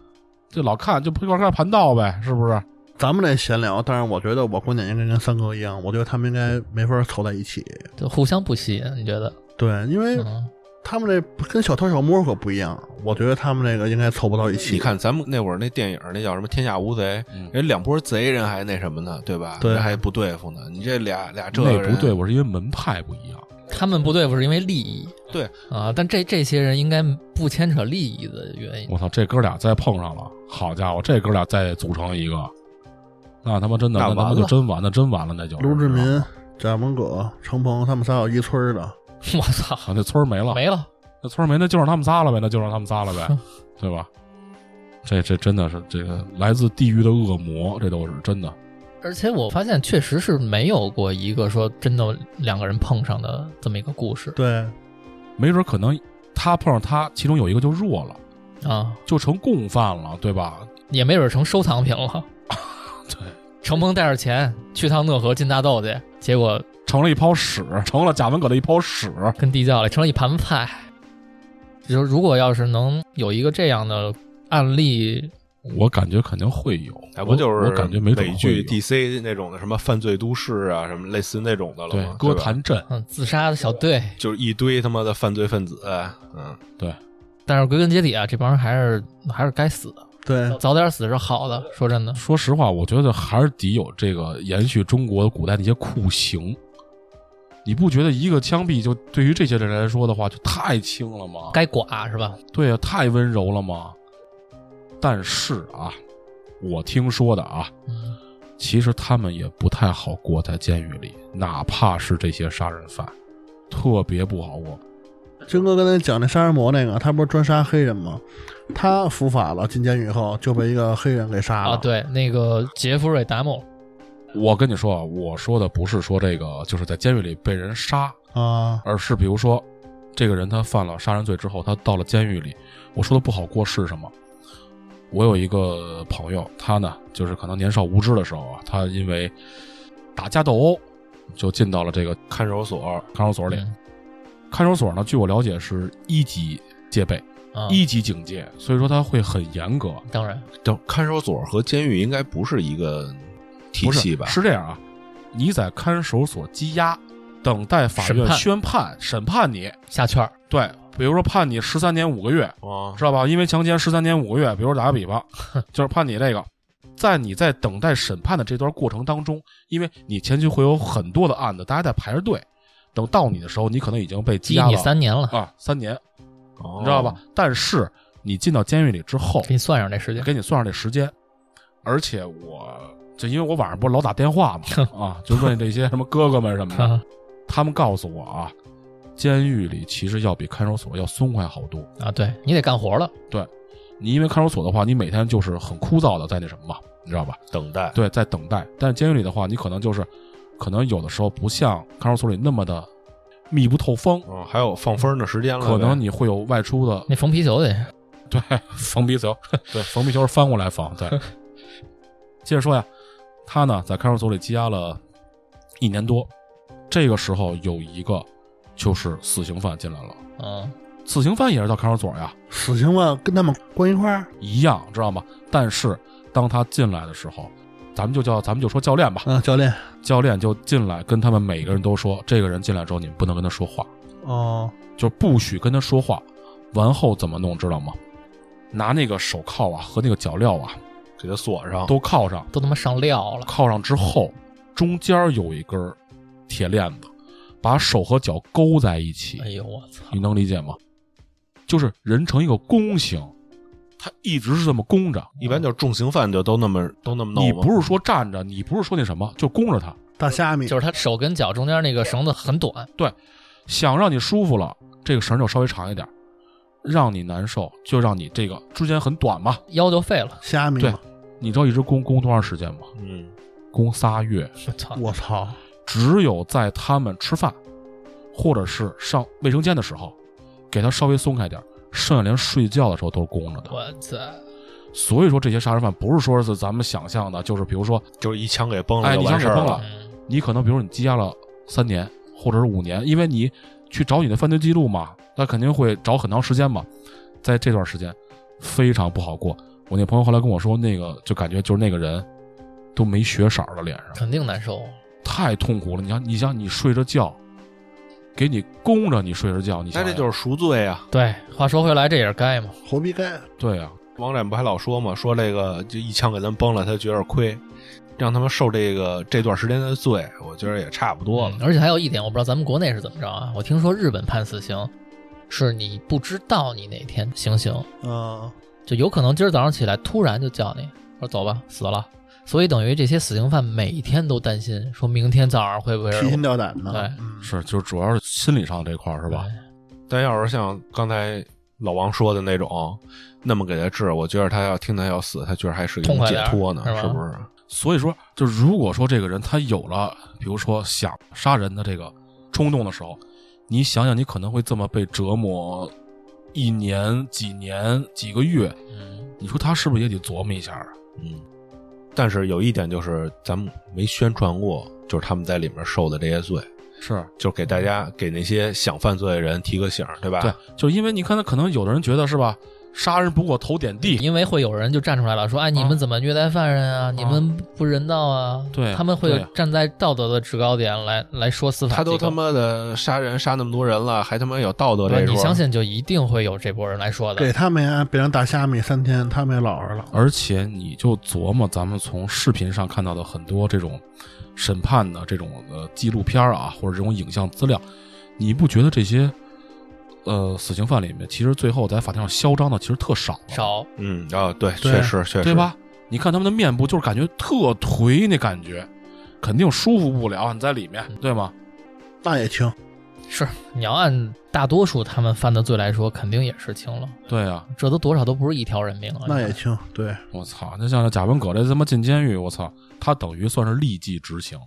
B: 就老看就一块儿看盘道呗，是不是？
D: 咱们这闲聊，但是我觉得我观点应该跟三哥一样，我觉得他们应该没法凑在一起。
A: 就互相不吸引，你觉得？
D: 对，因为
A: 嗯，
D: 他们这跟小偷小摸可不一样，我觉得他们那个应该凑不到一起。
C: 你，看咱们那会儿那电影儿，那叫什么《天下无贼》
B: 嗯，
C: 人两拨贼人还那什么呢，对吧？
D: 对
C: 人还不对付呢。你这俩俩这
B: 那
C: 人
B: 不对，，我是因为门派不一样。
A: 他们不对付是因为利益，
C: 对
A: 啊，但这这些人应该不牵扯利益的原因。
B: 我操，这哥俩再碰上了，好家伙，这哥俩再组成一个，那他妈真的，
C: 那
B: 那他妈
C: 完
B: 就
C: 了
B: 真完了，真完了，那就是啊
D: 卢志
B: 知道
D: 民
B: 吗、
D: 贾文革、程鹏他们仨有一村儿的，
A: 我操，
B: 啊，那村儿没了，
A: 没了，
B: 那村儿没，那就让他们仨了呗，那就让他们仨了呗
A: 哼，
B: 对吧？这这真的是这个来自地狱的恶魔，这都是真的。
A: 而且我发现确实是没有过一个说真的两个人碰上的这么一个故事
D: 对，
B: 没准可能他碰上他，其中有一个就弱了，
A: 啊，
B: 就成共犯了，对吧？
A: 也没准成收藏品了。
B: 对，
A: 程鹏带着钱去趟讷河进大豆去，结果
B: 成了一泡屎，成了贾文革的一泡屎。
A: 跟地窖里成了一盘菜。就是如果要是能有一个这样的案例，
B: 我感觉肯定会有，
C: 那不就是
B: 我我感觉没准
C: 美
B: 会
C: 剧
B: 有
C: DC 那种的什么犯罪都市啊，什么类似那种的了
B: 对
C: 吗？
B: 歌
C: 吧
B: 坛镇，
A: 嗯，自杀的小队，
C: 就是一堆他妈的犯罪分子，嗯，
B: 对
A: 但是归根结底啊，这帮人还是还是该死的，
D: 对，
A: 嗯早点死是好的。说真的，
B: 说实话，我觉得还是得有这个延续中国古代的一些酷刑。你不觉得一个枪毙就对于这些人来说的话，就太轻了吗？
A: 该剐是吧？
B: 对呀、太温柔了吗？但是啊，我听说的啊，
A: 嗯，
B: 其实他们也不太好过在监狱里，哪怕是这些杀人犯，特别不好过。
D: 军哥刚才讲那杀人魔那个，他不是专杀黑人吗？他伏法了，进监狱以后就被一个黑人给杀了。
A: 啊，，对，那个杰弗瑞·达姆，
B: 我跟你说啊，我说的不是说这个，就是在监狱里被人杀，
D: 啊，
B: 而是比如说，这个人他犯了杀人罪之后，他到了监狱里，我说的不好过是什么？我有一个朋友，他呢就是可能年少无知的时候啊，他因为打架斗殴，就进到了这个
C: 看守所，
B: 看守所里。
A: 嗯
B: 看守所呢，据我了解是一级戒备，
A: 啊，
B: 一级警戒，所以说他会很严格。
A: 当然，
C: 等看守所和监狱应该不是一个体
B: 不
C: 系
B: 是
C: 吧？
B: 是这样啊，你在看守所羁押，等待法
A: 审
B: 院
A: 判
B: 宣判审判你。
A: 下圈儿
B: 对，比如说判你十三年五个月，
C: 啊，
B: 知道吧？因为强奸十三年五个月，比如打个 比方，就是判你这个，在你在等待审判的这段过程当中，因为你前期会有很多的案子，大家在排着队，等到你的时候，你可能已经被
A: 羁
B: 羁押
A: 你
B: 了
A: 三哦年了，
B: 啊三年，
C: 你
B: 你知道吧？？但是你进到监狱里之后，
A: 给你算上这时间。
B: 给你算上这时间，而且我就因为我晚上不是老打电 话嘛啊，就问这些什么哥哥们什么的，
A: 啊
B: 他们告诉我啊，监狱里其实要比看守所要松快好多。
A: 啊，对你得干活了，
B: 你因为看守所的话，你每天就是很枯燥的在那什么嘛，你知道吧？
C: 等待，
B: 对，在等待。但是监狱里的话，你可能就是，可能有的时候不像看守所里那么的密不透风，
C: 嗯，还有放风的时间了呗，
B: 可能你会有外出的
A: 那缝皮球得
B: 对，缝皮球，对，缝皮球是翻过来缝。对，接着说呀，他呢在看守所里羁押了一年多，这个时候有一个就是死刑犯进来了，
A: 嗯，
B: 死刑犯也是到看守所呀，
D: 死刑犯跟他们关一块儿，
B: 一样知道吗？但是当他进来的时候，咱们就叫咱们就说教练吧，
D: 啊，教练，
B: 教练就进来跟他们每个人都说，这个人进来之后你们不能跟他说话，
D: 哦，
B: 就不许跟他说话。完后怎么弄知道吗？拿那个手铐啊和那个脚镣啊
C: 给他锁上，
B: 都铐上。
A: 都他妈上料了，
B: 铐上之后，中间有一根儿铁链子，把手和脚勾在一起
A: 哎，呦我操，
B: 你能理解吗？就是人成一个弓形，他一直是这么弓着。
C: 一般就是重刑犯就都那么都那么弄
B: 你
C: 吗
B: 不是说站着，你不是说那什么，就弓着他，
D: 大虾米，
A: 就是他手跟脚中间那个绳子很短，
B: 想让你舒服了，这个绳就稍微长一点儿；让你难受，就让你这个之间很短嘛。
A: 腰就废了，
D: 虾米
B: 对
D: 嘛，
B: 你知道一直弓弓多长时间吗？
C: 嗯，
B: 弓仨月。
A: 我操，
D: 我操，
B: 只有在他们吃饭或者是上卫生间的时候，给他稍微松开点儿，剩下连睡觉的时候都是弓着的。
A: 我操，
B: 所以说，这些杀人犯不是说是咱们想象的，就是比如说，
C: 就是一枪给崩
B: 哎
C: 了就
B: 一枪
C: 完
B: 给
C: 事儿
B: 崩了
A: 嗯，
B: 你可能比如你羁押了三年或者是五年，因为你去找你的犯罪记录嘛，那肯定会找很长时间嘛。在这段时间非常不好过。我那朋友后来跟我说，那个就感觉就是那个人都没血色儿了，脸上
A: 肯定难受，
B: 太痛苦了。你想，你想，你睡着觉，给你供着你睡着觉，你
C: 那
B: 想
C: 这
B: 想
C: 就是赎罪啊呀、
A: 对，话说回来，这也是该嘛。
D: 活逼该。
B: 对啊，
C: 王展不还老说嘛，说这个就一枪给咱崩了，他觉得亏，让他们受这个这段时间的罪，我觉得也差不多了。
A: 嗯而且还有一点，我不知道咱们国内是怎么着啊。我听说日本判死刑，是你不知道你哪天行刑，
D: 嗯，
A: 就有可能今儿早上起来突然就叫你说走吧，死了。所以等于这些死刑犯每天都担心，说明天早上会不会
D: 提心吊胆的。
A: 对
D: 嗯
B: 是就是主要是心理上这块儿是
A: 是
B: 吧？？
C: 但要是像刚才老王说的那种，那么给他治，我觉得他要听他要死，他觉得还是一
A: 痛
C: 种
A: 快
C: 解
A: 点儿
C: 脱呢，
A: 是吧
C: 是不是？
B: 所以说，就如果说这个人他有了，比如说想杀人的这个冲动的时候，你想想，你可能会这么被折磨一年、几年、几个月，
A: 嗯，
B: 你说他是不是也得琢磨一下啊？
C: 嗯，但是有一点就是咱们没宣传过，就是他们在里面受的这些罪，
B: 是
C: 就是给大家给那些想犯罪的人提个醒儿，对吧？
B: 对，就是因为你看，他可能有的人觉得是吧，杀人不过头点地，
A: 因为会有人就站出来了，说：“哎，你
C: 啊
A: 们怎么虐待犯人啊？你们不人道啊！”
B: 对
A: 他们
B: 对
A: 会站在道德的制高点来来说司法
C: 他
A: 机构。
C: 都他妈的杀人杀那么多人了，还他妈有道德这
A: 对
C: 一
A: 你
C: 说
A: 相。信，就一定会有这波人来说的。
D: 给他们呀，别让大虾米三天，他们也老实了。
B: 而且你就琢磨咱们从视频上看到的很多这种审判的这种呃纪录片儿啊，或者这种影像资料，你不觉得这些呃死刑犯里面，其实最后在法庭上嚣张的其实特少吗，
A: 少，
C: 嗯啊，对，
D: 对
C: 确实确实，
B: 对？吧？你看他们的面部，就是感觉特颓那感觉，肯定舒服不了。你在里面，对吗？
D: 那也轻，
A: 是你要按大多数他们犯的罪来说，肯定也是轻了。
B: 对啊，
A: 这都多少都不是一条人命啊！
D: 那
A: 你
D: 也
A: 看
D: 轻。对，
B: 我操！那像这贾文革这他妈进监狱，我操，他等于算是立即执行。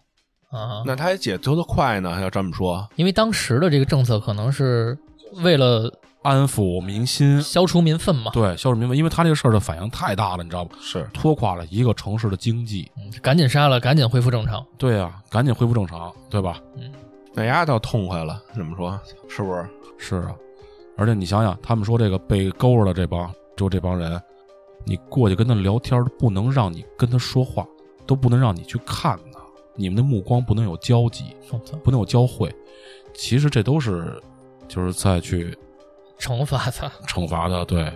A: 啊，
C: 那他也解脱的快呢，要这么说，
A: 因为当时的这个政策可能是为了
B: 安抚民心，
A: 消除民愤嘛，
B: 对，消除民愤，因为他这个事儿的反应太大了，你知道吗？
C: 是
B: 拖垮了一个城市的经济。
A: 嗯赶紧杀了，赶紧恢复正常。
B: 对啊，赶紧恢复正常，对吧？
C: 那丫倒痛快了，怎么说？是不是？
B: 是啊，而且你想想，他们说这个被勾了的这帮，就这帮人，你过去跟他聊天儿，不能让你跟他说话，都不能让你去看他，你们的目光不能有交集，
A: 我操，
B: 不能有交汇。其实这都是，就是在去
A: 惩罚他，
B: 惩罚的，对，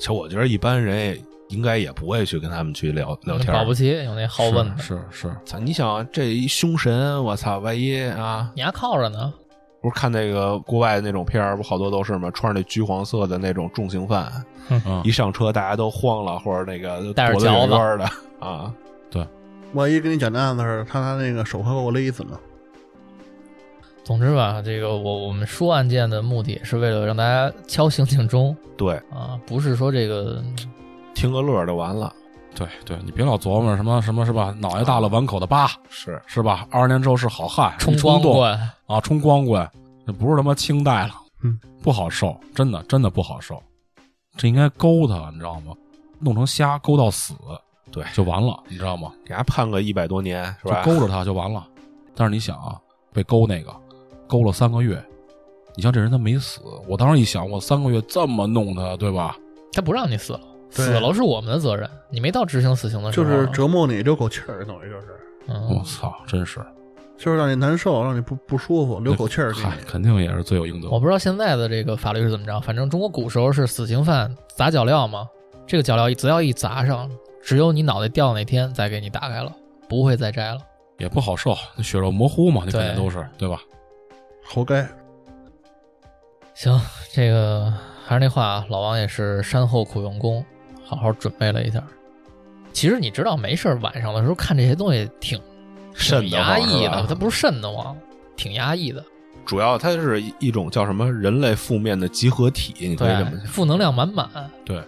C: 其实我觉得一般人也应该也不会去跟他们去聊聊天儿。
A: 保不齐有那好问的，
B: 是是是，
C: 操，你想这一凶神，我操，万一啊，
A: 你还靠着呢。
C: 不是看那个国外那种片儿，不好多都是吗？穿着那橘黄色的那种重刑犯，
B: 嗯
C: 一，上车大家都慌了，或者那个都
A: 啊带着
C: 躲得远
A: 嚼子
C: 远的啊。
D: 万一跟你讲那案子时，他拿那个手铐给我勒死呢？
A: 总之吧，这个我我们说案件的目的也是为了让大家敲醒警钟
C: 对，
A: 啊，不是说这个
C: 听个乐儿就完了。
B: 对对，你别老琢磨什么什么是吧？脑袋大了碗口的疤
C: 是，
B: 是吧？二十年之后是好汉，
A: 冲
B: 一
A: 光
B: 动
A: 棍。
B: 啊，冲光棍，这不是他妈清代了，
D: 嗯，
B: 不好受，真的真的不好受。这应该勾他，你知道吗？弄成瞎勾到死，
C: 对
B: 就完了，你知道吗？
C: 给他判个一百多年，是
B: 就
C: 吧？
B: 勾着他就完了。但是你想啊，被勾那个勾了三个月，你像这人他没死，我当时一想，我三个月这么弄他，对吧？
A: 他不让你死了，
D: 对
A: 死了是我们的责任，你没到执行死刑的时
D: 就
A: 候。
D: 是折磨你留口气儿，等于就是，
B: 我
A: 嗯，
B: 操，真是，
D: 就是让你难受，让你不不舒服，留口气儿给
B: 嗨，
D: 你。
B: 肯定也是罪有应得
A: 我。不知道现在的这个法律是怎么着，反正中国古时候是死刑犯砸脚镣嘛，这个脚镣只要一砸上，只有你脑袋掉那天再给你打开了，不会再摘了。
B: 也不好受，那血肉模糊嘛，那肯定
A: 对
B: 都是对吧？
D: 活该。
A: 行，这个还是那话啊，老王也是山后苦用功，好好准备了一下。其实你知道，没事儿晚上的时候看这些东西挺挺
C: 瘆得
A: 压
C: 慌
A: 抑
C: 是吧
A: 的，它不是瘆得慌，挺压抑的。
C: 主要它是一一种叫什么人类负面的集合体，你可以
A: 对
C: 这么，
A: 负能量满满。
B: 对，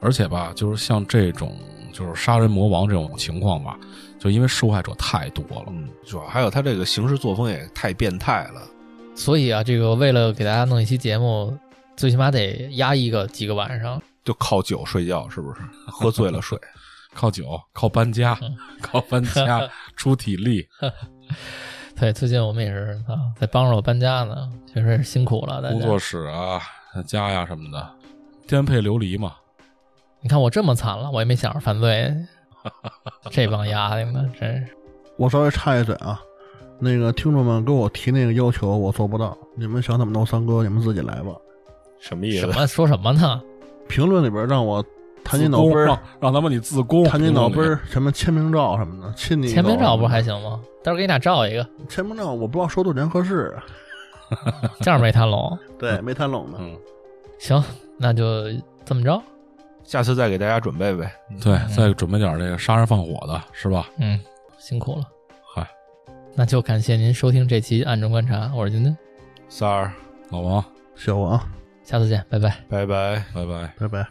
B: 而且吧，就是像这种就是杀人魔王这种情况吧，就因为受害者太多了，
C: 嗯，主要还有他这个行事作风也太变态了。
A: 所以啊，这个为了给大家弄一期节目，最起码得压一个几个晚上。
C: 就靠酒睡觉，是不是？喝醉了睡，
B: 靠酒、靠搬家、 靠搬家出体力，
A: 对，最近我们也是啊，在帮着我搬家呢，确实也是辛苦了。大
B: 工作
A: 家，
B: 室啊、家呀什么的，颠沛流离嘛。
A: 你看我这么惨了，我也没想着犯罪，这帮丫的们真是。
D: 我稍微插一嘴啊，那个听众们跟我提那个要求，我做不到。你们想怎么弄三哥，你们自己来吧。
C: 什么意
A: 什
C: 思？
A: 么说什么呢？
D: 评论里边让我弹
B: 自
D: 你脑
B: 宫
D: 杯儿
B: 让，让他们你自宫，
D: 弹你脑杯
B: 宫里
D: 儿，什么签名照什么的，亲你一口啊
A: 签名照不是还？行吗？待会儿给你俩照一个，
D: 签名照我不知道收多少钱合适，啊
A: 这样没谈拢。
D: 对，没谈拢呢。
B: 嗯，
A: 行，那就这么着。
C: 下次再给大家准备呗。
B: 对，再准备点这个杀人放火的，是吧？
A: 嗯，辛苦了。
B: 嗨，
A: 那就感谢您收听这期《暗中观察》，我是君君，
C: 三儿，
B: 老王，
D: 小王，啊
A: 下次见，拜拜。
C: 拜拜。
B: 拜拜。
D: 拜拜。